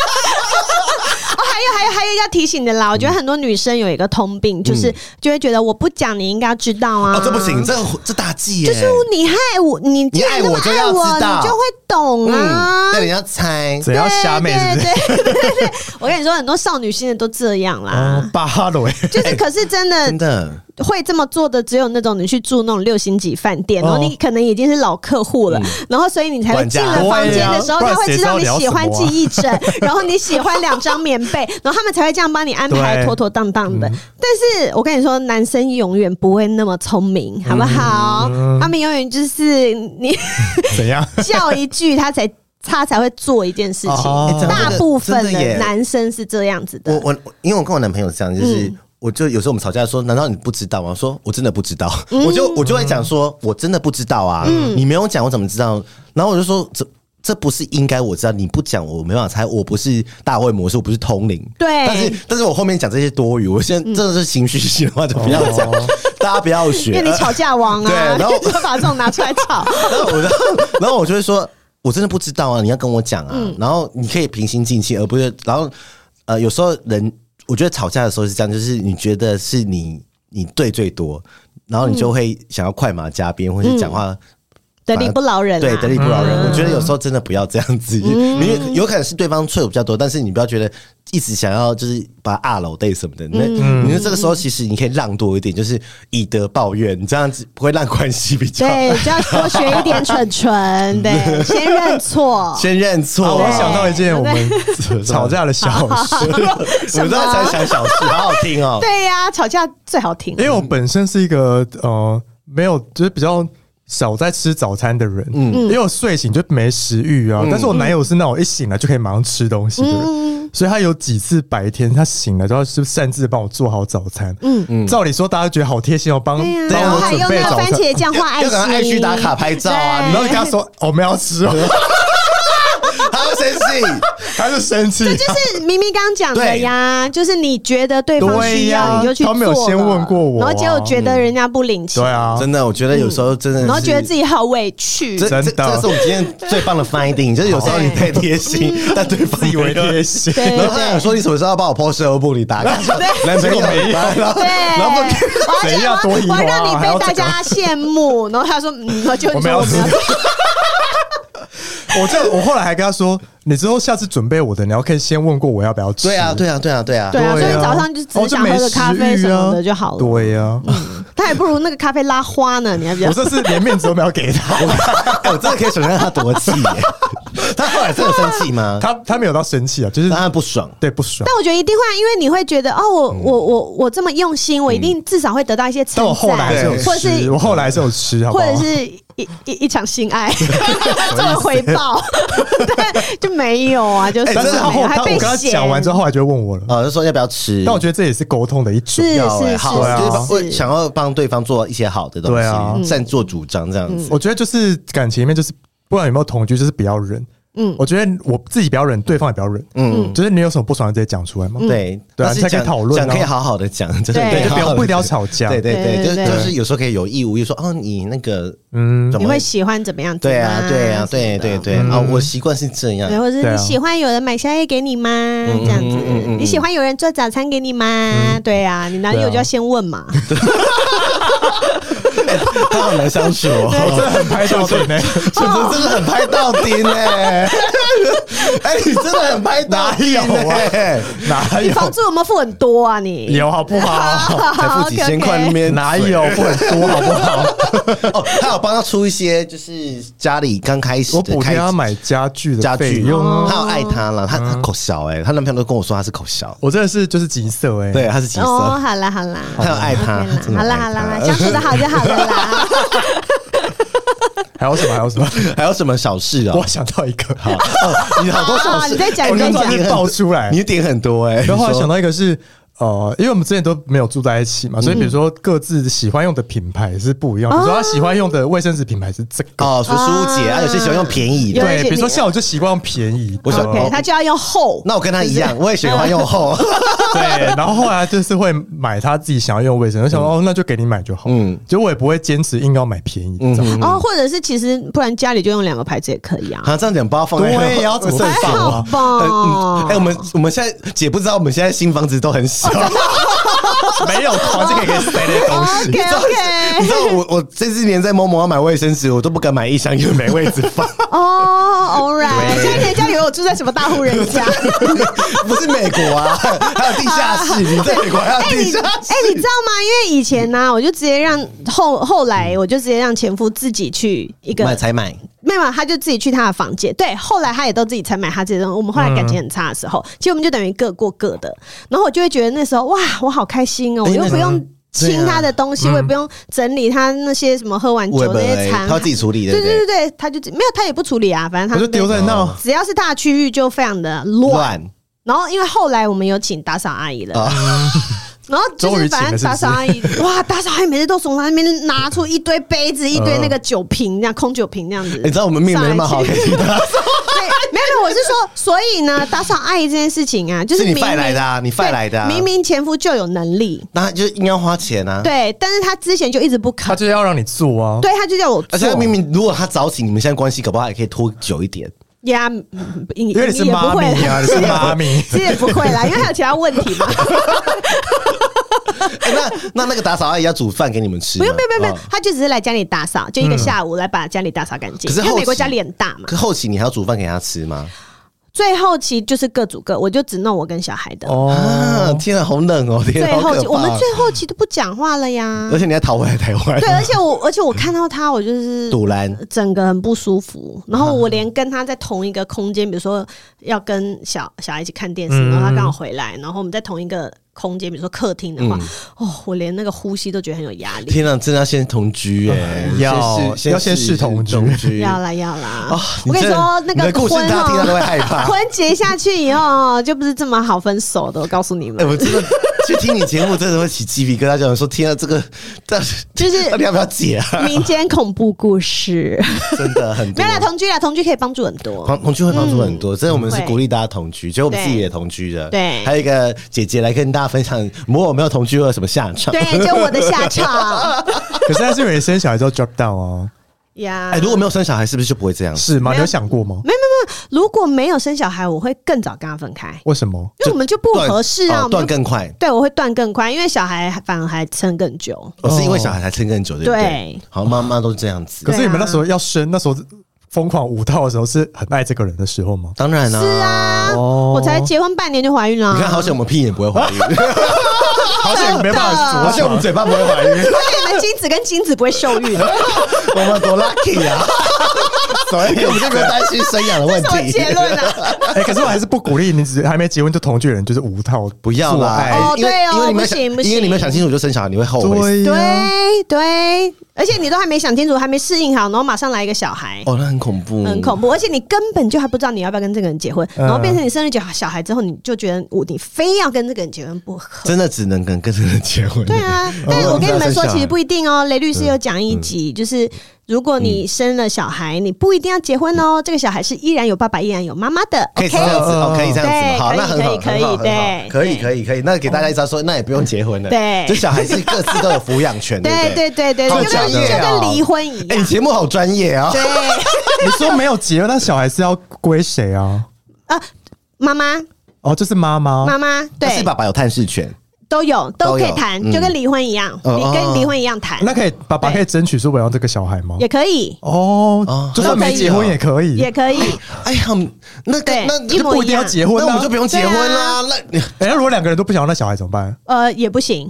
[SPEAKER 3] 哦，还有还有还有要提醒的啦，我觉得很多女生有一个通病，就是就会觉得我不讲你应该要知道啊，
[SPEAKER 2] 哦，这不行，。这这大忌
[SPEAKER 3] 就
[SPEAKER 2] 耶
[SPEAKER 3] 是。你害我，你既然
[SPEAKER 2] 你爱
[SPEAKER 3] 那么
[SPEAKER 2] 我就要
[SPEAKER 3] 爱我，
[SPEAKER 2] 知道
[SPEAKER 3] 你就会懂啊。
[SPEAKER 2] 嗯那人家猜，
[SPEAKER 1] 怎样虾妹是不 是？
[SPEAKER 3] 对对对对对，我跟你说，很多少女心的都这样
[SPEAKER 1] 哦
[SPEAKER 3] 啦。
[SPEAKER 1] 巴雷，
[SPEAKER 3] 就是，可是真的
[SPEAKER 2] 真的
[SPEAKER 3] 会这么做的，只有那种你去住那种六星级饭店，然后
[SPEAKER 1] 哦
[SPEAKER 3] 你可能已经是老客户了，然后所以你才会
[SPEAKER 2] 管家
[SPEAKER 3] 进了房间的时候，
[SPEAKER 1] 对啊
[SPEAKER 3] 他会知道你喜欢
[SPEAKER 1] 不
[SPEAKER 3] 记
[SPEAKER 1] 然谁知道你要什么啊
[SPEAKER 3] 忆枕，然后你喜欢两张棉被，然后他们才会这样帮你安排
[SPEAKER 1] 对
[SPEAKER 3] 妥妥当当的。但是我跟你说，男生永远不会那么聪明，好不好？他们永远就是你
[SPEAKER 1] 怎样？
[SPEAKER 3] 叫一句，他才他才会做一件事情。
[SPEAKER 1] 哦
[SPEAKER 2] 哎讲到这
[SPEAKER 3] 大
[SPEAKER 2] 个
[SPEAKER 3] 部分
[SPEAKER 2] 真的耶
[SPEAKER 3] 的男生是这样子的嗯
[SPEAKER 2] 我，我我因为我跟我男朋友是这样，就是、我就有时候我们吵架说，难道你不知道吗？我说我真的不知道，
[SPEAKER 3] 嗯
[SPEAKER 2] 我就我就会讲说，我真的不知道啊，你没有讲我怎么知道？然后我就说这。这不是应该我知道，你不讲我没办法猜，我不是大会模式，我不是通灵。
[SPEAKER 3] 对
[SPEAKER 2] 但是但是我后面讲这些多余，我现在真的是情绪性的话就不要讲， 大家不要学。
[SPEAKER 3] 哦因为你
[SPEAKER 2] 呃
[SPEAKER 3] 吵架王
[SPEAKER 2] 对
[SPEAKER 3] 啊，
[SPEAKER 2] 然后
[SPEAKER 3] 你 就把这种拿出来吵。
[SPEAKER 2] 然后我，然后，然后我就会说，我真的不知道啊，你要跟我讲啊。
[SPEAKER 3] 嗯
[SPEAKER 2] 然后你可以平心静气，而不是然后呃，有时候人我觉得吵架的时候是这样，就是你觉得是你你对最多，然后你就会想要快马加鞭，或是讲话。
[SPEAKER 3] 得理不饶嗯人、啊， 嗯
[SPEAKER 2] 对，得理不饶人。我觉得有时候真的不要这样子，因为有可能是对方脆弱比较多，但是你不要觉得一直想要就是把二
[SPEAKER 3] 嗯
[SPEAKER 2] 楼对什么的。那你说这个时候其实你可以让多一点，就是以德报怨，你这样子不会让关系比较好。
[SPEAKER 3] 对，就要多学一点蠢 蠢，对，先认错。
[SPEAKER 2] 先认错、
[SPEAKER 1] 啊，我
[SPEAKER 3] 对
[SPEAKER 1] 想到一件我们吵架的小事，
[SPEAKER 3] 什
[SPEAKER 2] 我
[SPEAKER 3] 么
[SPEAKER 2] 刚才想小 事，好好听哦。
[SPEAKER 3] 对呀、吵架最好听
[SPEAKER 1] 因。为我本身是一个呃没有就是比较少在吃早餐的人，嗯，因为我睡醒就没食欲
[SPEAKER 3] 嗯
[SPEAKER 1] 啊，但是我男友是那种一醒来就可以马上吃东西的人，所以他有几次白天他醒来之后就擅自帮我做好早餐，嗯嗯，照理说大家觉得好贴心哦，帮
[SPEAKER 3] 对呀、
[SPEAKER 1] 帮
[SPEAKER 3] 啊然后
[SPEAKER 1] 我
[SPEAKER 3] 还
[SPEAKER 1] 准
[SPEAKER 3] 用
[SPEAKER 1] 备
[SPEAKER 3] 那个
[SPEAKER 1] 早
[SPEAKER 3] 番
[SPEAKER 1] 餐，
[SPEAKER 3] 茄酱画爱
[SPEAKER 2] 要
[SPEAKER 3] 心，
[SPEAKER 2] 赶快爱去打卡拍照啊！
[SPEAKER 3] 对
[SPEAKER 2] 你
[SPEAKER 1] 然后
[SPEAKER 2] 知道
[SPEAKER 1] 跟他说、哦我们要吃哦，
[SPEAKER 2] 他会生气，
[SPEAKER 1] 他就生气。
[SPEAKER 3] 这 就是咪咪刚讲的呀，就是你觉得对方需要，你就去做
[SPEAKER 1] 他没
[SPEAKER 3] 了。
[SPEAKER 1] 有先问过我啊
[SPEAKER 3] 然后结果觉得人家不领情，
[SPEAKER 1] 对啊，
[SPEAKER 2] 真的，我觉得有时候真的是，
[SPEAKER 3] 然后觉得自己好委屈。
[SPEAKER 2] 这这
[SPEAKER 1] 真的
[SPEAKER 2] 这是我们今天最棒的 finding，就是有时候你太贴心，但对方以为
[SPEAKER 1] 贴心。
[SPEAKER 3] 对
[SPEAKER 2] 然后他想说你什么时候要帮我 po 社交部里打卡？男朋友没有，然后
[SPEAKER 3] 对，
[SPEAKER 2] 然后不
[SPEAKER 3] 我
[SPEAKER 1] 谁
[SPEAKER 3] 要
[SPEAKER 1] 要
[SPEAKER 3] 让
[SPEAKER 1] 多疑
[SPEAKER 3] 我
[SPEAKER 1] 惑啊
[SPEAKER 3] 要让你
[SPEAKER 1] 还要
[SPEAKER 3] 被大
[SPEAKER 1] 这个
[SPEAKER 3] 家羡慕， 然后他说，嗯，然后就
[SPEAKER 1] 我
[SPEAKER 3] 你
[SPEAKER 1] 们
[SPEAKER 3] 说
[SPEAKER 1] 要
[SPEAKER 3] 我们要
[SPEAKER 1] 吃我这我后来还跟他说，你之后下次准备我的，你要可以先问过我要不要吃。
[SPEAKER 2] 对啊，对啊，对啊，对啊，
[SPEAKER 3] 对啊，所以你早上就只
[SPEAKER 1] 哦
[SPEAKER 3] 是想喝个咖啡什么的就好
[SPEAKER 1] 就
[SPEAKER 3] 了。
[SPEAKER 1] 没食欲啊对 呀、
[SPEAKER 3] 他也不如那个咖啡拉花呢，你还比较
[SPEAKER 1] 我。这次连面子都没有给他，
[SPEAKER 2] 哎我真的可以想象他多气耶。他后来真的生气吗？
[SPEAKER 1] 他他没有到生气啊，就是
[SPEAKER 2] 但他不爽。
[SPEAKER 1] 对不爽。
[SPEAKER 3] 但我觉得一定会，因为你会觉得哦，我我我我这么用心，我一定至少会得到一些称
[SPEAKER 1] 嗯但我后来还是有
[SPEAKER 3] 赞，或者
[SPEAKER 1] 吃，
[SPEAKER 3] 是
[SPEAKER 1] 我后来还是有吃，好不
[SPEAKER 3] 或
[SPEAKER 1] 者
[SPEAKER 3] 者是一一一场性爱 作为回报， 对，就没有啊，就是
[SPEAKER 1] 但是他哎
[SPEAKER 3] 没
[SPEAKER 1] 后
[SPEAKER 3] 有，还
[SPEAKER 1] 他我
[SPEAKER 3] 被
[SPEAKER 1] 跟他
[SPEAKER 3] 嫌
[SPEAKER 1] 讲完之后，后来就问我了。
[SPEAKER 2] 呃，就说要不要吃？
[SPEAKER 1] 但我觉得这也是沟通的一种，
[SPEAKER 3] 是
[SPEAKER 2] 要哎
[SPEAKER 3] 是嗯
[SPEAKER 2] 好，
[SPEAKER 1] 啊
[SPEAKER 2] 就是
[SPEAKER 3] 是
[SPEAKER 2] 会想要帮对方做一些好的东
[SPEAKER 1] 对啊
[SPEAKER 2] 西，擅作主张这样子。
[SPEAKER 1] 我觉得就是感情里面，就是不管有没有同居，就是不要忍。
[SPEAKER 3] 嗯
[SPEAKER 1] 嗯，我觉得我自己不要忍，对方也不要忍。
[SPEAKER 2] 嗯，
[SPEAKER 1] 就是你有什么不爽，直接讲出来嘛。
[SPEAKER 2] 对，
[SPEAKER 1] 对啊
[SPEAKER 2] 但是
[SPEAKER 1] 才可以
[SPEAKER 2] 讲
[SPEAKER 1] 讨论啊
[SPEAKER 2] 讲可以好好的讲，就是
[SPEAKER 3] 嗯对
[SPEAKER 1] 对，就不
[SPEAKER 2] 好好
[SPEAKER 1] 要
[SPEAKER 2] 地
[SPEAKER 1] 不一定要吵架。
[SPEAKER 2] 对对对，
[SPEAKER 3] 对
[SPEAKER 2] 就是
[SPEAKER 3] 对对
[SPEAKER 2] 就是有时候可以有意无意说，哦，你那个
[SPEAKER 1] 嗯
[SPEAKER 2] 怎
[SPEAKER 3] 你
[SPEAKER 2] 么
[SPEAKER 3] 会喜欢怎么样？
[SPEAKER 2] 对啊，对啊，
[SPEAKER 3] 怎么
[SPEAKER 2] 对
[SPEAKER 3] 样
[SPEAKER 2] 对。对
[SPEAKER 1] 嗯
[SPEAKER 2] 啊！我习惯是这样
[SPEAKER 3] 对，，或者是
[SPEAKER 1] 对
[SPEAKER 3] 你
[SPEAKER 1] 啊
[SPEAKER 3] 喜欢有人买宵夜给你吗？这样子
[SPEAKER 2] 嗯嗯嗯嗯，嗯
[SPEAKER 3] 你喜欢有人做早餐给你吗？对啊，你男友就要先 问嘛。
[SPEAKER 2] 他好难相处 哦，
[SPEAKER 1] 哎我真的很拍照片呢，
[SPEAKER 2] 是不 是真的很拍到底呢？哎，你真的很拍到底
[SPEAKER 1] 哪有啊
[SPEAKER 2] 呢，
[SPEAKER 1] 哪
[SPEAKER 2] 哎
[SPEAKER 3] 你
[SPEAKER 1] 有
[SPEAKER 3] 房租有没有付很多 啊？你
[SPEAKER 1] 有好不好？
[SPEAKER 2] 才付哦几千块那边
[SPEAKER 1] 哪有不很多好不好？
[SPEAKER 2] 哦，他有帮他出一些，就是家里刚开始
[SPEAKER 1] 我
[SPEAKER 2] 的
[SPEAKER 1] 补
[SPEAKER 2] 开
[SPEAKER 1] 贴他
[SPEAKER 2] 支
[SPEAKER 1] 买家具
[SPEAKER 2] 家
[SPEAKER 1] 的费
[SPEAKER 2] 具，
[SPEAKER 1] 用嗯
[SPEAKER 3] 哦
[SPEAKER 1] 啊，
[SPEAKER 2] 他有爱他了，他他口小哎，她男朋友都跟我说他是口小，
[SPEAKER 1] 我真的是就是急色哎。
[SPEAKER 2] 对，，他是几岁？
[SPEAKER 3] 哦，好啦好啦，
[SPEAKER 2] 他有爱他
[SPEAKER 3] OK 啦，
[SPEAKER 2] 真的
[SPEAKER 3] 好
[SPEAKER 2] 有爱他
[SPEAKER 3] 啦好啦好啦，相处的好就好了啦。
[SPEAKER 1] 还有什么？还有什么？
[SPEAKER 2] 还有什么小事啊？
[SPEAKER 1] 我想到一个，
[SPEAKER 2] 好，哦你好多小
[SPEAKER 3] 哦
[SPEAKER 2] 事，
[SPEAKER 3] 你再讲
[SPEAKER 2] 我
[SPEAKER 1] 我
[SPEAKER 3] 你再
[SPEAKER 1] 刚
[SPEAKER 2] 刚
[SPEAKER 1] 突
[SPEAKER 3] 讲
[SPEAKER 2] 刚
[SPEAKER 1] 然
[SPEAKER 2] 你
[SPEAKER 1] 间
[SPEAKER 2] 很
[SPEAKER 1] 爆出来，
[SPEAKER 2] 你点很多哎，
[SPEAKER 1] 然后后
[SPEAKER 2] 你
[SPEAKER 1] 来
[SPEAKER 2] 说
[SPEAKER 1] 想到一个是，呃，因为我们之前都没有住在一起嘛，
[SPEAKER 3] 嗯
[SPEAKER 1] 所以比如说各自喜欢用的品牌是不
[SPEAKER 3] 哦
[SPEAKER 1] 一样。比如说他喜欢用的卫生纸品牌是这个，
[SPEAKER 2] 哦，说书姐啊，有些喜欢用便宜的
[SPEAKER 3] 有。
[SPEAKER 1] 对，
[SPEAKER 3] 一些
[SPEAKER 1] 比如说
[SPEAKER 3] 你
[SPEAKER 1] 像我就习惯用便宜的，哦
[SPEAKER 2] 我想
[SPEAKER 3] 对，他就要用厚，
[SPEAKER 2] 那我跟他一样，我也喜欢用 厚。
[SPEAKER 1] 对，然后后来就是会买他自己想要用的卫生纸，我想
[SPEAKER 3] 嗯
[SPEAKER 1] 说哦，那就给你买就好，
[SPEAKER 2] 嗯
[SPEAKER 1] 嗯，就我也不会坚持硬要买便宜的。
[SPEAKER 2] 嗯，
[SPEAKER 3] 哦，或者是其实不然家里就用两个牌子也可以啊。
[SPEAKER 2] 好，这样讲不要放在
[SPEAKER 1] 对要怎么
[SPEAKER 2] 厕所
[SPEAKER 1] 办啊
[SPEAKER 2] 啊
[SPEAKER 3] 还好吧
[SPEAKER 2] 呃嗯哎，我们我们现在姐不知道，我们现在新房子都很小。
[SPEAKER 3] 哦
[SPEAKER 1] 没有团就可以给塞那些东
[SPEAKER 3] OK
[SPEAKER 1] 西，
[SPEAKER 2] 哎你
[SPEAKER 3] OK，
[SPEAKER 2] 知道我我这次连在某某要买卫生纸，我都不敢买一箱，因为没位置放。
[SPEAKER 3] 哦，All right，
[SPEAKER 2] 对
[SPEAKER 3] 现在人家以为我住在什么大户人家。
[SPEAKER 2] 不是美国啊，还有地下室， 你嗯在美国还有
[SPEAKER 3] 哎、
[SPEAKER 2] 地
[SPEAKER 3] 你
[SPEAKER 2] 下
[SPEAKER 3] 哎、
[SPEAKER 2] 室。
[SPEAKER 3] 你知道吗？因为以前呢、啊我就直接让后后来，我就直接让前夫自己去一个，
[SPEAKER 2] 才买，
[SPEAKER 3] 没有，他就自己去他的房间。对，后来他也都自己才买他自己的东西。我们后来感情很差的时候，
[SPEAKER 2] 嗯
[SPEAKER 3] 其实我们就等于各过各的。然后我就会觉得那时候哇，我好开心哦，我
[SPEAKER 2] 哎
[SPEAKER 3] 又
[SPEAKER 2] 那
[SPEAKER 3] 不
[SPEAKER 2] 时候
[SPEAKER 3] 用
[SPEAKER 2] 对啊
[SPEAKER 3] 清他的东西，我也不用整理他那些什么喝完
[SPEAKER 2] 我
[SPEAKER 3] 酒那些残
[SPEAKER 2] 他自己
[SPEAKER 3] 骸。
[SPEAKER 2] 处理的，
[SPEAKER 3] 对对对对，他就没有，他也不处理啊，反正他
[SPEAKER 1] 我就
[SPEAKER 3] 那
[SPEAKER 1] 丢在那。
[SPEAKER 3] 只要是大区域就非常的乱。
[SPEAKER 2] 乱
[SPEAKER 3] 然后因为后来我们有请打扫阿姨了。 然后就
[SPEAKER 1] 啊终于
[SPEAKER 3] 是，
[SPEAKER 1] 请了
[SPEAKER 3] 反正
[SPEAKER 1] 是不
[SPEAKER 3] 打
[SPEAKER 1] 是
[SPEAKER 3] 扫阿姨， 哇，打扫阿姨每次都从她那边拿出一堆杯子、一堆那个酒瓶，那样空酒瓶那样子。
[SPEAKER 1] 哎
[SPEAKER 2] 你知道我们命没那么好，
[SPEAKER 3] 上
[SPEAKER 2] 可
[SPEAKER 3] 来
[SPEAKER 2] 以
[SPEAKER 3] 去
[SPEAKER 2] 的，
[SPEAKER 3] 对，没有，没有我是说，所以 呢，打扫阿姨这件事情啊，就是
[SPEAKER 2] 是你
[SPEAKER 3] 明明
[SPEAKER 2] 带来的啊，你带来的啊，
[SPEAKER 3] 对明明前夫就有能力，
[SPEAKER 2] 那就应该花钱啊。，
[SPEAKER 3] 对，但是他之前就一直不
[SPEAKER 1] 他
[SPEAKER 3] 肯，
[SPEAKER 1] 就是要让你做啊，
[SPEAKER 3] 对，他就叫我
[SPEAKER 2] 而
[SPEAKER 3] 做
[SPEAKER 2] 且他明明如果他早起，你们现在关系搞不好也可以拖久一点。
[SPEAKER 3] 呀，嗯嗯
[SPEAKER 1] 因为你是
[SPEAKER 3] 也不
[SPEAKER 1] 妈
[SPEAKER 3] 会
[SPEAKER 1] 咪
[SPEAKER 3] 啦，
[SPEAKER 1] 啊，你是妈咪
[SPEAKER 3] 其实也不会啦，因为还有其他问题嘛。
[SPEAKER 2] 哎那那那个打扫阿姨要煮饭给你们吃吗，
[SPEAKER 3] 不用，不用，不用，不用
[SPEAKER 2] 哦。
[SPEAKER 3] 他就只是来家里打扫，就一个下午来把家里打扫干
[SPEAKER 2] 嗯
[SPEAKER 3] 净。
[SPEAKER 2] 可是
[SPEAKER 3] 因为
[SPEAKER 2] 后
[SPEAKER 3] 美国
[SPEAKER 2] 期
[SPEAKER 3] 家里很大嘛，
[SPEAKER 2] 哦可后期你还要煮饭给他吃吗？
[SPEAKER 3] 最后期就是各组各，我就只弄我跟小孩的。
[SPEAKER 1] 哦，
[SPEAKER 2] 啊，天啊，好冷哦，天
[SPEAKER 3] 最
[SPEAKER 2] 啊，好嗯
[SPEAKER 3] 后
[SPEAKER 2] 可
[SPEAKER 3] 期
[SPEAKER 2] 怕
[SPEAKER 3] 我们最后期都不讲话了呀
[SPEAKER 2] 而。且你还逃回来台湾，
[SPEAKER 3] 嗯对，而且我而且我看到他，我就是
[SPEAKER 2] 堵拦。
[SPEAKER 3] 整个很不舒服。然后我连跟他在同一个空间，比如说要跟小小孩一起看电视，
[SPEAKER 1] 嗯
[SPEAKER 3] 然后他刚好回来，然后我们在同一个空间，比如说客厅的话，
[SPEAKER 2] 嗯
[SPEAKER 3] 哦，我连那个呼吸都觉得很有压力。
[SPEAKER 2] 天啊，真的要先同居哎，
[SPEAKER 1] 要
[SPEAKER 2] 试
[SPEAKER 1] 要先试同居
[SPEAKER 3] 要啦要啦！
[SPEAKER 2] 啊
[SPEAKER 3] 我跟你
[SPEAKER 2] 真的
[SPEAKER 3] 说，那
[SPEAKER 2] 你的
[SPEAKER 3] 个
[SPEAKER 2] 故事
[SPEAKER 3] 婚
[SPEAKER 2] 大家听到都啊
[SPEAKER 3] 哦，
[SPEAKER 2] 会害怕。
[SPEAKER 3] 婚结下去以后哦，就不是这么好分手的。我告诉你们
[SPEAKER 2] 哎，，我真的去听你节目真的会起鸡皮疙瘩，就想说天啊，这个 到底
[SPEAKER 3] 就是
[SPEAKER 2] 到底要不要解啊？
[SPEAKER 3] 民间恐怖故事，
[SPEAKER 2] 真的很
[SPEAKER 3] 没
[SPEAKER 2] 多
[SPEAKER 3] 有。啦，同居啦，同居可以帮助很多。
[SPEAKER 2] 同同居会帮助很多，真的，我们是
[SPEAKER 3] 会
[SPEAKER 2] 鼓励大家同居，其实我们
[SPEAKER 3] 对
[SPEAKER 2] 自己也同居的。
[SPEAKER 3] 对
[SPEAKER 2] 还有一个姐姐来跟大家分享，如果我没有同居会有什么下场？
[SPEAKER 3] 对，啊就我的下 场
[SPEAKER 1] 可是那是因为生小孩之后 drop down 哦，
[SPEAKER 3] 呀。
[SPEAKER 2] 哎，如果没有生小孩，是不是就不会这样？
[SPEAKER 1] 是吗？
[SPEAKER 3] 没
[SPEAKER 1] 你
[SPEAKER 3] 有
[SPEAKER 1] 有想过吗？
[SPEAKER 3] 如果没有生小孩，我会更早跟他分开，
[SPEAKER 1] 为什么？
[SPEAKER 3] 因为我们就不
[SPEAKER 2] 断
[SPEAKER 3] 合适
[SPEAKER 2] 哦
[SPEAKER 3] 啊。我
[SPEAKER 2] 断
[SPEAKER 3] 们就
[SPEAKER 2] 更快。
[SPEAKER 3] 对，我会断更快，因为小孩反而还撑更久。
[SPEAKER 2] 我哦是因为小孩才撑更久，对不对
[SPEAKER 3] 哦对？
[SPEAKER 2] 好，妈妈都是这样子
[SPEAKER 1] 可。是你们
[SPEAKER 3] 对啊
[SPEAKER 1] 那时候要生，那时候疯狂舞蹈的时候，是很爱这个人的时候吗？
[SPEAKER 2] 当然啦，
[SPEAKER 3] 是啊，
[SPEAKER 1] 哦
[SPEAKER 3] 我才结婚半年就怀孕了。
[SPEAKER 2] 你看，好险我们屁眼不会 怀孕，
[SPEAKER 3] 哦
[SPEAKER 1] 好像没办
[SPEAKER 2] 好
[SPEAKER 1] 法
[SPEAKER 2] 险
[SPEAKER 1] 左
[SPEAKER 2] 我们
[SPEAKER 1] 转，
[SPEAKER 2] 嘴巴不会怀 孕，
[SPEAKER 3] 而且你们精子跟精子不会受孕，
[SPEAKER 2] 我们多 lucky 啊！所以我们就不用担心生养的 问
[SPEAKER 3] 什么
[SPEAKER 2] 题
[SPEAKER 3] 结。论啊？
[SPEAKER 1] 哎，可是我还是不鼓励你，只还没结婚就同居的人就是无套，
[SPEAKER 2] 不要
[SPEAKER 1] 做
[SPEAKER 2] 啦
[SPEAKER 1] 爱，
[SPEAKER 3] 哦
[SPEAKER 2] 因为
[SPEAKER 3] 对哦
[SPEAKER 2] 因为你没有
[SPEAKER 3] 不行
[SPEAKER 2] 想
[SPEAKER 3] 不行
[SPEAKER 2] 因为你没有想清楚就生小孩，你会后悔。
[SPEAKER 3] 嗯
[SPEAKER 1] 对呀，
[SPEAKER 3] 对对，而且你都还没想清楚，还没适应好，然后马上来一个小孩。
[SPEAKER 2] 哦，那很恐怖，
[SPEAKER 3] 很恐怖，而且你根本就还不知道你要不要跟这个人结婚，
[SPEAKER 1] 嗯
[SPEAKER 3] 然后变成你生了小小孩之后，你就觉得嗯我你非要跟这个人结婚不可。
[SPEAKER 2] 真的只能跟跟人结婚。
[SPEAKER 3] 对啊，但是我跟你们说，
[SPEAKER 2] 嗯
[SPEAKER 3] 其实不一定哦。雷律师有讲一集，就是如果你生了小孩，你不一定要结婚哦。这个小孩是依然有爸爸，依然有妈妈的。
[SPEAKER 2] 可以
[SPEAKER 3] OK，
[SPEAKER 2] 这样子，哦，可以这样子吗，
[SPEAKER 3] 对
[SPEAKER 2] 好，
[SPEAKER 3] 可以
[SPEAKER 2] 那很好，
[SPEAKER 3] 可以
[SPEAKER 2] 很好
[SPEAKER 3] 可以
[SPEAKER 2] 很好
[SPEAKER 3] 对
[SPEAKER 2] 可以，可以，可以。那给大家一招说，那也不用结婚了，
[SPEAKER 3] 对
[SPEAKER 2] 就小孩是各自都有抚养权，
[SPEAKER 3] 对
[SPEAKER 2] 不对？
[SPEAKER 3] 对对对，
[SPEAKER 2] 好
[SPEAKER 3] 就
[SPEAKER 2] 假
[SPEAKER 3] 跟
[SPEAKER 2] 的
[SPEAKER 3] 就跟离婚一
[SPEAKER 2] 哎，你
[SPEAKER 3] 样。
[SPEAKER 2] 节目好专业啊！
[SPEAKER 3] 对
[SPEAKER 1] 你说没有结婚，那小孩是要归谁啊？
[SPEAKER 3] 啊，妈妈
[SPEAKER 1] 哦，就是妈妈。
[SPEAKER 3] 妈妈，
[SPEAKER 2] 但 是
[SPEAKER 3] 对，
[SPEAKER 2] 爸爸有探视权，
[SPEAKER 3] 都有
[SPEAKER 2] 都
[SPEAKER 3] 都可
[SPEAKER 2] 有
[SPEAKER 3] 以谈
[SPEAKER 2] 嗯，
[SPEAKER 3] 就跟离婚一样，
[SPEAKER 2] 嗯
[SPEAKER 3] 你
[SPEAKER 2] 哦
[SPEAKER 3] 跟离婚一样谈
[SPEAKER 1] 那可以，爸爸可以争取说我要这个小孩吗？
[SPEAKER 3] 也可以，
[SPEAKER 1] 哦
[SPEAKER 2] 哦，
[SPEAKER 1] 就算没结婚也可以。
[SPEAKER 3] 也可以。啊
[SPEAKER 2] 哎呀，
[SPEAKER 1] 嗯
[SPEAKER 2] 那个
[SPEAKER 3] 对
[SPEAKER 2] 那
[SPEAKER 3] 一模啊
[SPEAKER 1] 不一定要结婚啊，
[SPEAKER 2] 那我们就不用结婚啦。那
[SPEAKER 1] 哎，那如果两个人都不想要那小孩怎么办？
[SPEAKER 3] 呃，也不行，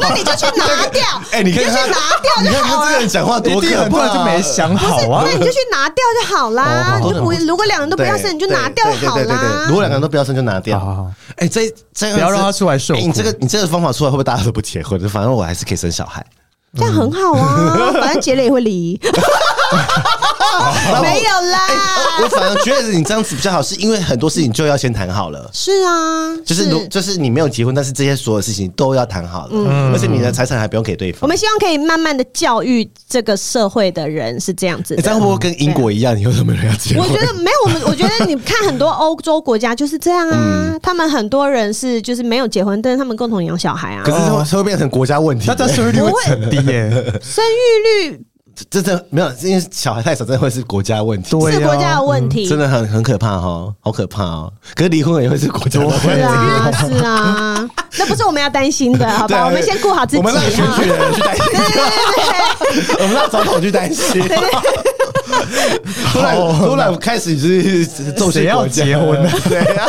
[SPEAKER 3] 那你就去拿掉，
[SPEAKER 2] 哎，你看
[SPEAKER 3] 就去
[SPEAKER 2] 他，
[SPEAKER 3] 拿掉
[SPEAKER 2] 你
[SPEAKER 3] 就
[SPEAKER 2] 看
[SPEAKER 3] 好
[SPEAKER 2] 他
[SPEAKER 3] 了
[SPEAKER 2] 这个。人讲话
[SPEAKER 1] 一
[SPEAKER 2] 多
[SPEAKER 1] 定
[SPEAKER 2] 可
[SPEAKER 1] 很多
[SPEAKER 2] 怕，啊
[SPEAKER 1] 人就没。想好啊
[SPEAKER 3] 那。你就去拿掉就好
[SPEAKER 1] 哦好
[SPEAKER 3] 啦，
[SPEAKER 1] 好
[SPEAKER 3] 你就不如果两人都不要生，你就拿掉
[SPEAKER 2] 对
[SPEAKER 3] 好
[SPEAKER 2] 对对对对，
[SPEAKER 3] 啦
[SPEAKER 2] 如。果两个人都不要生就拿掉。
[SPEAKER 1] 好好好
[SPEAKER 2] 哎，这这样子
[SPEAKER 1] 不要让他出来受苦
[SPEAKER 2] 哎你这个你这个方法出来，会不会大家都不结婚？反正我还是可以生小孩。
[SPEAKER 3] 这样很好啊，反正结了也会离。 没有啊啦，
[SPEAKER 2] 我反而觉得你这样子比较好，是因为很多事情就要先谈好了。
[SPEAKER 3] 是啊，
[SPEAKER 2] 就是如就是你没有结婚，但是这些所有事情都要谈好了，
[SPEAKER 3] 嗯
[SPEAKER 2] 而且你的财产还不用给对
[SPEAKER 3] 我
[SPEAKER 2] 方。
[SPEAKER 3] 们希望可以慢慢的教育这个社会的人是这样子
[SPEAKER 2] 你哎这样
[SPEAKER 3] 的。
[SPEAKER 2] 会不会跟英国一样，以后都没有人要结
[SPEAKER 3] 我
[SPEAKER 2] 婚？
[SPEAKER 3] 觉得没有，我们我觉得你看很多欧洲国家就是这样
[SPEAKER 2] 嗯
[SPEAKER 3] 啊，他们很多人是就是没有结婚，但是他们共同养小孩啊
[SPEAKER 2] 可，是会会变成国家问题
[SPEAKER 1] 哦那，这生育率会很低耶。
[SPEAKER 3] 生育率
[SPEAKER 2] 这真的没有，因为小孩太少，真的会是国家问题，
[SPEAKER 1] 对
[SPEAKER 3] 是
[SPEAKER 1] 啊
[SPEAKER 3] 国家的问题，
[SPEAKER 2] 真的很很可怕哦，好可怕哦。可是离婚也会是国家嗯的问
[SPEAKER 1] 对
[SPEAKER 3] 是
[SPEAKER 2] 题，
[SPEAKER 3] 啊，是啊，那不是我们要担心 的，好
[SPEAKER 2] 对
[SPEAKER 3] 吧？
[SPEAKER 2] 啊
[SPEAKER 3] 我们先顾好自己
[SPEAKER 2] 我们让选
[SPEAKER 3] 哈
[SPEAKER 2] 举。的人去担心， 我们让总统去 担心。突然，突然开始就是重视
[SPEAKER 1] 谁要
[SPEAKER 2] 国家
[SPEAKER 1] 结婚呢？
[SPEAKER 2] 对啊，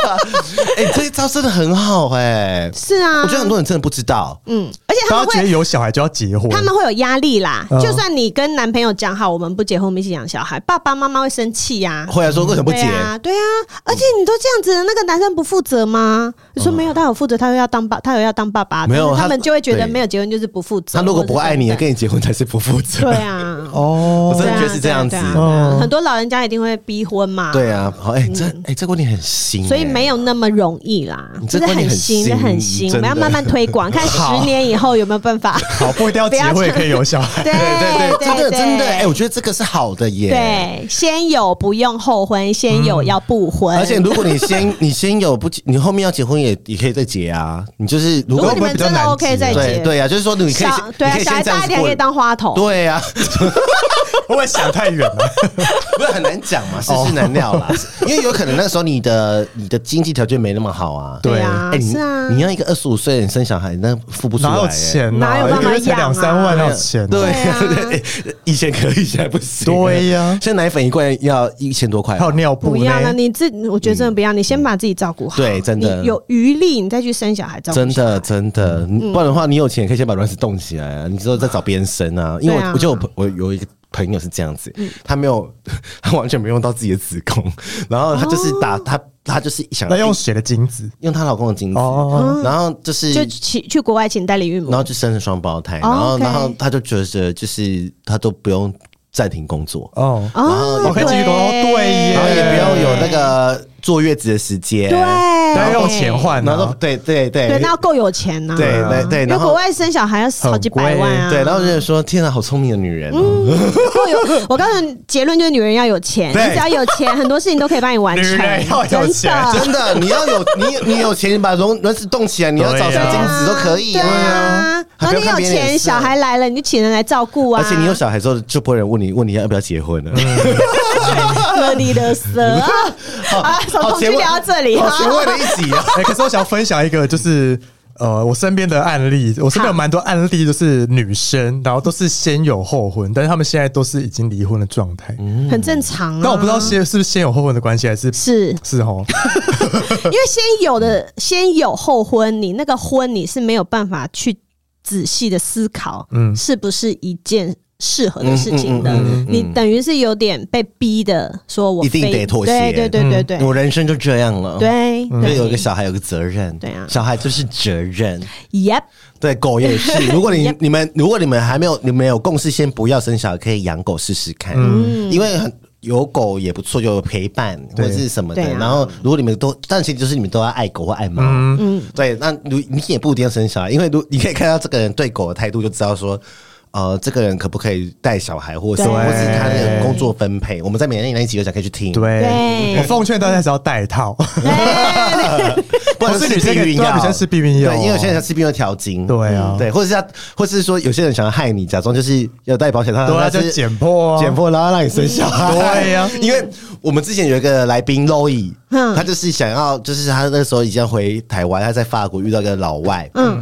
[SPEAKER 2] 哎，这一招真的很好哎，
[SPEAKER 3] 是啊，
[SPEAKER 2] 我觉得很多人真的不知道，
[SPEAKER 3] 嗯，而且
[SPEAKER 1] 大
[SPEAKER 3] 他们
[SPEAKER 1] 家觉得
[SPEAKER 3] 会。
[SPEAKER 1] 有小孩就要结
[SPEAKER 2] 啊
[SPEAKER 1] 婚，
[SPEAKER 3] 他们会有压力啦，
[SPEAKER 1] 嗯
[SPEAKER 3] 就算你跟男朋友讲好，我们不结婚，我们一起养小孩，爸爸妈妈会生气呀、
[SPEAKER 2] 后来说为什么不
[SPEAKER 3] 对
[SPEAKER 2] 结？
[SPEAKER 3] 啊，对啊，而且你都这样子，那个男生不负责吗？你说没有，他有负责，他又要当爸，他又要当爸爸，
[SPEAKER 2] 没有
[SPEAKER 3] 但是
[SPEAKER 2] 他
[SPEAKER 3] 他们就会觉得
[SPEAKER 2] 对
[SPEAKER 3] 没有结婚就是不负责。
[SPEAKER 2] 他如果不爱你，
[SPEAKER 3] 或者
[SPEAKER 2] 跟你结婚才是不负责。
[SPEAKER 3] 是对 啊，
[SPEAKER 1] 哦
[SPEAKER 2] 我真的觉得是这样子
[SPEAKER 3] 对啊对啊对啊
[SPEAKER 1] 嗯
[SPEAKER 3] 很多老人家一定会逼婚嘛，
[SPEAKER 2] 对啊，好，哎，这哎这个问题很新，
[SPEAKER 3] 嗯所以
[SPEAKER 2] 哎
[SPEAKER 3] 没有那么容易啦，
[SPEAKER 2] 你嗯这
[SPEAKER 3] 就是
[SPEAKER 2] 观点
[SPEAKER 3] 很
[SPEAKER 2] 很
[SPEAKER 3] 新，这
[SPEAKER 2] 新
[SPEAKER 3] 很新，我
[SPEAKER 2] 真
[SPEAKER 3] 们要
[SPEAKER 2] 的
[SPEAKER 3] 慢慢推 广，看十年以后有没有办法。
[SPEAKER 1] 好不一定要结婚也可以有小孩。
[SPEAKER 3] 对
[SPEAKER 2] 对对，
[SPEAKER 3] 对
[SPEAKER 2] 真的真的，哎，我
[SPEAKER 3] 对
[SPEAKER 2] 觉得这个是好的耶。。
[SPEAKER 3] 对，先有不用后婚，先有要不婚。
[SPEAKER 2] 嗯而且如果你 先你先有不结，你后面要结婚也也可以再结啊。你就是如
[SPEAKER 3] 如
[SPEAKER 2] 果
[SPEAKER 3] 果你们真的 OK 再
[SPEAKER 2] 对
[SPEAKER 3] 结，
[SPEAKER 2] 对啊，就是说你可以
[SPEAKER 3] 小
[SPEAKER 2] 先
[SPEAKER 3] 对
[SPEAKER 2] 你
[SPEAKER 3] 啊，
[SPEAKER 2] 可以
[SPEAKER 3] 小
[SPEAKER 2] 先
[SPEAKER 3] 孩
[SPEAKER 2] 这样子
[SPEAKER 3] 大一点
[SPEAKER 2] 过
[SPEAKER 3] 可以当花童。
[SPEAKER 2] 对 啊，
[SPEAKER 1] 会不会想太远啊了？
[SPEAKER 2] 不是很难讲嘛，
[SPEAKER 3] 哦
[SPEAKER 2] 世事难料 啦。因为有可能那时候你的你的经济条件没那么好啊。
[SPEAKER 1] 对
[SPEAKER 3] 啊
[SPEAKER 2] 哎，，你
[SPEAKER 3] 是啊，
[SPEAKER 2] 你要一个二十五岁的人生小孩，那付不出来，
[SPEAKER 1] 哪有
[SPEAKER 2] 哎
[SPEAKER 1] 钱呐？
[SPEAKER 3] 哪有办
[SPEAKER 1] 一
[SPEAKER 3] 法
[SPEAKER 1] 个月才两三万，
[SPEAKER 3] 养啊
[SPEAKER 1] 哪有钱啊？
[SPEAKER 2] 对
[SPEAKER 3] 对，
[SPEAKER 2] 以前可以，现在不行。
[SPEAKER 1] 对呀
[SPEAKER 2] 现在奶粉一罐要一千多块
[SPEAKER 1] 还，有尿布
[SPEAKER 3] 不
[SPEAKER 1] 呢
[SPEAKER 3] 要了，你自我觉得真的不要，你先把自己照顾好。
[SPEAKER 2] 嗯对真的
[SPEAKER 3] 你有余力你再去生小孩，照顾
[SPEAKER 2] 真
[SPEAKER 3] 小孩
[SPEAKER 2] 的真的，
[SPEAKER 3] 嗯
[SPEAKER 2] 不然的话，你有钱也可以先把卵子冻起来啊，你之后再找别人生啊。因为我、
[SPEAKER 3] 对啊嗯
[SPEAKER 2] 我就有朋我有一个。朋友是这样子，他没有， 他完全没用到自己的子宫，然后他就是打、他，他就是想
[SPEAKER 1] 那用谁的精子？
[SPEAKER 2] 用她老公的精子，
[SPEAKER 1] 哦，
[SPEAKER 2] 然后就是
[SPEAKER 3] 就去去国外请代理孕母
[SPEAKER 2] 然。后就生了双胞胎，然后、
[SPEAKER 3] 哦，OK
[SPEAKER 2] 然后他就觉得就是他都不用暂停工作，
[SPEAKER 1] 哦，
[SPEAKER 3] 哦
[SPEAKER 2] 哦
[SPEAKER 1] 我可以继续沟通。对耶，
[SPEAKER 2] 然后也不用有那个坐月子的时间，
[SPEAKER 3] 对，
[SPEAKER 1] 当然
[SPEAKER 3] 要
[SPEAKER 1] 用钱换
[SPEAKER 2] 然后
[SPEAKER 1] 啊，
[SPEAKER 2] 对对对
[SPEAKER 3] 对，那要够有钱呐、
[SPEAKER 2] 对对对
[SPEAKER 3] 因为
[SPEAKER 2] 然后
[SPEAKER 3] 国外生小孩要好几百万啊，
[SPEAKER 2] 对，然后就说天啊，好聪明的女人哦、
[SPEAKER 3] 嗯够有。我告诉你，结论就是女人要有钱，
[SPEAKER 2] 对
[SPEAKER 3] 你只要有钱，很多事情都可以帮你完 成。
[SPEAKER 1] 女人要有钱
[SPEAKER 3] 真的 啊
[SPEAKER 2] 真的，你要有你你有钱，你把轮轮子动起来，你要
[SPEAKER 1] 对啊
[SPEAKER 2] 找什么精子都可以
[SPEAKER 3] 对啊，
[SPEAKER 2] 还
[SPEAKER 3] 然后
[SPEAKER 2] 不
[SPEAKER 3] 你
[SPEAKER 2] 用看
[SPEAKER 3] 有
[SPEAKER 2] 别人脸
[SPEAKER 3] 钱，
[SPEAKER 2] 色
[SPEAKER 3] 小孩来了你就请人来照顾啊，
[SPEAKER 2] 而且你有小孩之后，就不会有人问你问你要不要结婚了。
[SPEAKER 3] 勒里勒舌啊！啊，从
[SPEAKER 2] 好
[SPEAKER 3] 同居
[SPEAKER 2] 前卫
[SPEAKER 3] 聊到这里，
[SPEAKER 2] 好学问的一集啊！
[SPEAKER 1] 哎、可是我想要分享一个，就是呃，我身边的案例，我身边有蛮多案例，就是女生，然后都是先有后婚，但是他们现在都是已经离婚的状态。
[SPEAKER 2] 嗯
[SPEAKER 3] 很正常啊。
[SPEAKER 1] 但我不知道先是不是先有后婚的关系，还是
[SPEAKER 3] 是
[SPEAKER 1] 是哦，
[SPEAKER 3] 因为先有的先有后婚，你那个婚你是没有办法去仔细的思考，嗯，是不是一件适合的事情的？
[SPEAKER 2] 嗯嗯嗯嗯嗯
[SPEAKER 3] 你等于是有点被逼的，说我
[SPEAKER 2] 一定
[SPEAKER 3] 非
[SPEAKER 2] 得妥协
[SPEAKER 3] 对对对对 对、
[SPEAKER 2] 我人生就这样了，，
[SPEAKER 3] 对，
[SPEAKER 2] 因为有一
[SPEAKER 3] 对
[SPEAKER 2] 个小孩有个责任，
[SPEAKER 3] 对啊
[SPEAKER 2] 小孩就是责任，
[SPEAKER 3] ，Yep，
[SPEAKER 2] 对狗也是。 如果你
[SPEAKER 3] Yep
[SPEAKER 2] 你们如果你们还没有你们有共识，先不要生小孩，可以养狗试试看，因为很。有狗也不错，有陪伴或
[SPEAKER 1] 对
[SPEAKER 2] 者是什么的。
[SPEAKER 3] 对啊
[SPEAKER 2] 然后，如果你们都，但其实就是你们都要爱狗或爱猫。嗯，对。那如你也不一定要生小孩，因为如你可以看到这个人对狗的态度，就知道说，呃，这个人可不可以带小孩，或者是
[SPEAKER 3] 对
[SPEAKER 2] 或是他的工作分配。我们在每年那一集有讲，可以去听。，
[SPEAKER 1] 对，
[SPEAKER 3] 对
[SPEAKER 1] 我奉劝大家只要戴套，
[SPEAKER 2] 嗯
[SPEAKER 3] 哎
[SPEAKER 2] 不然
[SPEAKER 1] 不是
[SPEAKER 2] 是
[SPEAKER 1] 女生
[SPEAKER 2] 避孕
[SPEAKER 1] 可以对
[SPEAKER 2] 药，
[SPEAKER 1] 啊女生吃避孕药哦
[SPEAKER 2] 对，因为有些人吃避孕药调经，嗯
[SPEAKER 1] 对啊
[SPEAKER 2] 对，或者是他，或是说有些人想要害你，假装就是要带保险套，
[SPEAKER 1] 对啊，
[SPEAKER 2] 他
[SPEAKER 1] 就是剪破、啊，
[SPEAKER 2] 剪破，然后让你生小孩，
[SPEAKER 1] 对啊
[SPEAKER 2] 因为我们之前有一个来宾 Loy，
[SPEAKER 3] 嗯
[SPEAKER 2] 他就是想要，就是他那时候已经回台湾，他在法国遇到一个老外，
[SPEAKER 3] 嗯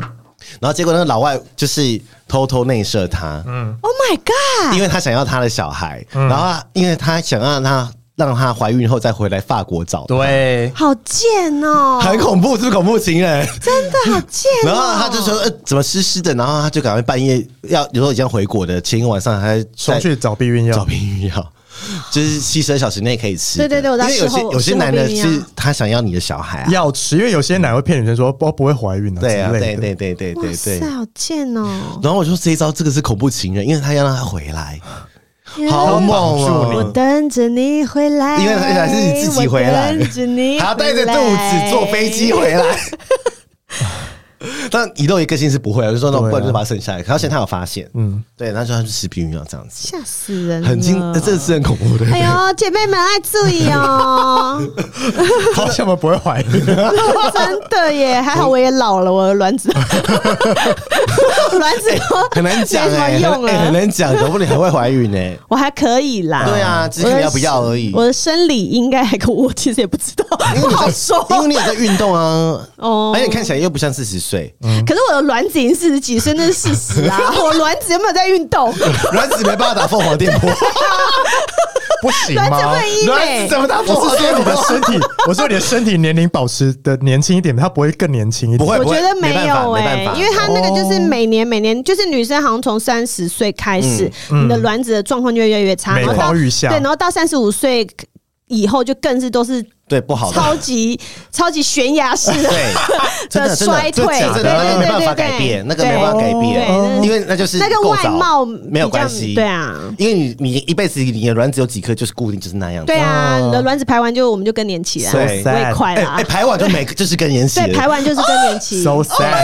[SPEAKER 2] 然后结果那个老外就是偷偷内射他，
[SPEAKER 1] 嗯
[SPEAKER 3] ，Oh my God，
[SPEAKER 2] 因为他想要他的小孩，然后他因为他想让他让他怀孕后再回来法国找，，
[SPEAKER 1] 对，
[SPEAKER 3] 好贱 哦、
[SPEAKER 2] 很恐怖，是不是恐怖情人？
[SPEAKER 3] 真的好贱、哦
[SPEAKER 2] 然 后他就说：“呃，怎么湿湿的？”然后他就赶快半夜要，有时候已经要回国的前一个晚上 还
[SPEAKER 1] 冲
[SPEAKER 2] 在
[SPEAKER 1] 去找避孕
[SPEAKER 2] 找
[SPEAKER 1] 药，
[SPEAKER 2] 避孕药， 就是七十二小时内可以吃的。
[SPEAKER 3] 对对对我知道
[SPEAKER 2] 因为有些
[SPEAKER 3] 事后
[SPEAKER 2] 有些男的
[SPEAKER 3] 事后避孕
[SPEAKER 2] 是
[SPEAKER 3] 药
[SPEAKER 2] 他想要你的小孩啊，
[SPEAKER 1] 要吃，因为有些奶会骗女生说不不会怀孕啊之
[SPEAKER 2] 对啊，
[SPEAKER 1] 类的，
[SPEAKER 2] 对对对对
[SPEAKER 3] 哇
[SPEAKER 2] 对
[SPEAKER 3] 塞，
[SPEAKER 2] 对。
[SPEAKER 3] 好贱哦、
[SPEAKER 2] 然后我就说这一招这个是恐怖情人，因为他要让他回 来，好猛
[SPEAKER 3] 我
[SPEAKER 2] 哦！
[SPEAKER 3] 等着你回来，
[SPEAKER 2] 因为还是你自己回来
[SPEAKER 3] 我等着你回来，
[SPEAKER 2] 还要带着肚子坐飞机回来。 但一豆一个性是不会啊，我就说那
[SPEAKER 1] 对
[SPEAKER 2] 种
[SPEAKER 1] 啊
[SPEAKER 2] 不然就是把它生下来。可而且他有发现，嗯，对，然后就他去吃避孕药这样子，
[SPEAKER 3] 吓死人了，啊
[SPEAKER 2] 很惊，呃这是很恐怖的。
[SPEAKER 3] 嗯哎呦，姐妹们爱注意哦！
[SPEAKER 1] 好像我们不会 怀孕，
[SPEAKER 3] 真的耶，还好我也老了，我的卵 子，卵子都
[SPEAKER 2] 很难讲
[SPEAKER 3] 没什么
[SPEAKER 2] 哎、很
[SPEAKER 3] 用了、
[SPEAKER 2] 哎很难讲，搞不好你还会怀孕呢、
[SPEAKER 3] 我还可以啦，
[SPEAKER 2] 对啊，只是
[SPEAKER 3] 我
[SPEAKER 2] 看
[SPEAKER 3] 的
[SPEAKER 2] 要不要而已。
[SPEAKER 3] 我的生理应该还可我其实也不知道，
[SPEAKER 2] 因
[SPEAKER 3] 不
[SPEAKER 2] 为你
[SPEAKER 3] 好
[SPEAKER 2] 在
[SPEAKER 3] 说。
[SPEAKER 2] 因为你有在运动啊，
[SPEAKER 3] 哦
[SPEAKER 2] 而且你看起来又不像四十岁，
[SPEAKER 3] 可是我的卵子已经四十几岁，那是事实啊。我卵子有没有在运动？
[SPEAKER 2] 卵子没办法打凤凰电 波，
[SPEAKER 1] 不行
[SPEAKER 2] 啊
[SPEAKER 3] 卵子
[SPEAKER 1] 吗？
[SPEAKER 3] 会医
[SPEAKER 2] 卵
[SPEAKER 3] 美
[SPEAKER 2] 子，怎么打凤
[SPEAKER 1] 我
[SPEAKER 2] 凰
[SPEAKER 1] 是
[SPEAKER 2] 电
[SPEAKER 1] 说你的
[SPEAKER 2] 波？
[SPEAKER 1] 身体，我说你的身体年龄保持的年轻一点，它不会更年轻一点。
[SPEAKER 2] 不会
[SPEAKER 3] 我觉得
[SPEAKER 2] 没办法
[SPEAKER 3] 有
[SPEAKER 2] 没
[SPEAKER 3] 哎、
[SPEAKER 2] 办法
[SPEAKER 3] 因为他那个就是每年每年，就是女生好像从三十岁开始，你的卵子的状况就会越来越差，
[SPEAKER 1] 每
[SPEAKER 3] 然后到
[SPEAKER 1] 况愈下
[SPEAKER 3] 对，然后到三十五岁以后就更是都是
[SPEAKER 2] 对，不好
[SPEAKER 3] 超
[SPEAKER 2] 的，
[SPEAKER 3] 级 超级悬崖式 的
[SPEAKER 2] 对，真的真
[SPEAKER 3] 衰
[SPEAKER 2] 的，
[SPEAKER 3] 退，
[SPEAKER 2] 真的真的那个没办法改变，那个没办法改变，因为那就是
[SPEAKER 3] 那个
[SPEAKER 2] 构
[SPEAKER 3] 外
[SPEAKER 2] 造
[SPEAKER 3] 貌
[SPEAKER 2] 没有
[SPEAKER 3] 比较
[SPEAKER 2] 关系，
[SPEAKER 3] 对啊。
[SPEAKER 2] 因为你你一辈子你的卵子有几颗就是固定就是那样子，
[SPEAKER 3] 对啊，
[SPEAKER 1] 哦
[SPEAKER 3] 你的卵子排完就我们就更年期了，
[SPEAKER 2] So
[SPEAKER 3] 我也
[SPEAKER 1] sad
[SPEAKER 3] 快了
[SPEAKER 2] 哎
[SPEAKER 3] 啊
[SPEAKER 2] 哎，。排完就每就是跟延期
[SPEAKER 3] 对，
[SPEAKER 2] 了
[SPEAKER 3] 排。完就是更年期，
[SPEAKER 1] So
[SPEAKER 2] Oh
[SPEAKER 1] sad，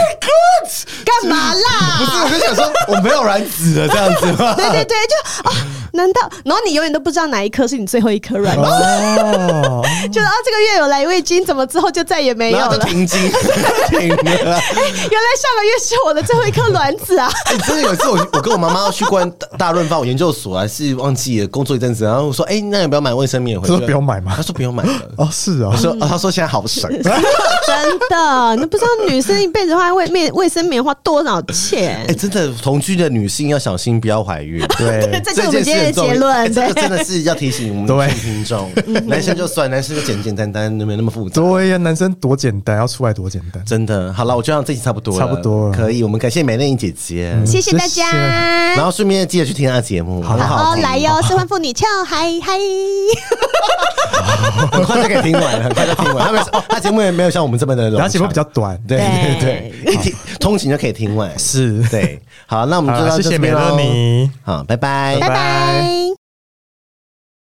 [SPEAKER 3] 干嘛
[SPEAKER 2] 不是，啊
[SPEAKER 3] 啦？
[SPEAKER 2] 我就想说我没有卵子了这样子吗？
[SPEAKER 3] 对对对，就啊，难道然后你永远都不知道哪一颗是你最后一颗卵子？
[SPEAKER 1] 哦，
[SPEAKER 3] 就是啊，这个月有来月经，怎么之后就再也没有
[SPEAKER 2] 然后
[SPEAKER 3] 了
[SPEAKER 2] 就？停经，停 了。
[SPEAKER 3] 原来上个月是我的最后一颗卵子啊！
[SPEAKER 2] 哎、真的有一次我，我跟我妈妈要去关大大润发，我研究所还是忘记了工作一阵子，然后我说：“哎、那要不要买卫生棉回去？”
[SPEAKER 1] 她说不用买吗
[SPEAKER 2] 她说不用买了。
[SPEAKER 1] 哦是哦
[SPEAKER 2] 我， 说：“哦，她说现在好省。
[SPEAKER 3] 真的，你不知道女生一辈子花卫面卫生棉花多少钱
[SPEAKER 2] 哎、？真的，同居的女性要小心，不要怀孕。
[SPEAKER 1] 对，
[SPEAKER 3] 这就是我们今天的
[SPEAKER 2] 很重要
[SPEAKER 3] 结
[SPEAKER 2] 哎
[SPEAKER 3] 论，
[SPEAKER 2] 这个
[SPEAKER 3] 对。
[SPEAKER 2] 真的是要提醒我们
[SPEAKER 1] 对
[SPEAKER 2] 女性听众，男生就算，男生就简简单单，没有那么复杂。
[SPEAKER 1] 对呀，男生多简单，要出来多简单。
[SPEAKER 2] 真的，好了，我觉得这期差不多了，
[SPEAKER 1] 差不多了
[SPEAKER 2] 可以。我们感谢美丽姐姐，
[SPEAKER 3] 谢谢大家。
[SPEAKER 2] 然后顺便记得去听她的节目，好
[SPEAKER 3] 好
[SPEAKER 2] 好
[SPEAKER 3] 哦，
[SPEAKER 2] 听
[SPEAKER 3] 来哟，失婚妇女俏，嗨嗨！
[SPEAKER 2] 很快就可以听完了，很快就听 完。他们他节目也没有像我们这么的
[SPEAKER 1] 然
[SPEAKER 2] 冗长，
[SPEAKER 1] 后节目比较短，
[SPEAKER 2] 啊对对
[SPEAKER 3] 对
[SPEAKER 2] 对，一听通勤就可以听完。
[SPEAKER 1] 是，
[SPEAKER 2] 对，好，那我们就
[SPEAKER 1] 好
[SPEAKER 2] 到
[SPEAKER 1] 谢
[SPEAKER 2] 这
[SPEAKER 1] 谢美
[SPEAKER 2] 边
[SPEAKER 1] 乐
[SPEAKER 2] 咯，
[SPEAKER 1] 妮。
[SPEAKER 2] 好，拜拜
[SPEAKER 3] 拜
[SPEAKER 1] 拜
[SPEAKER 3] 拜。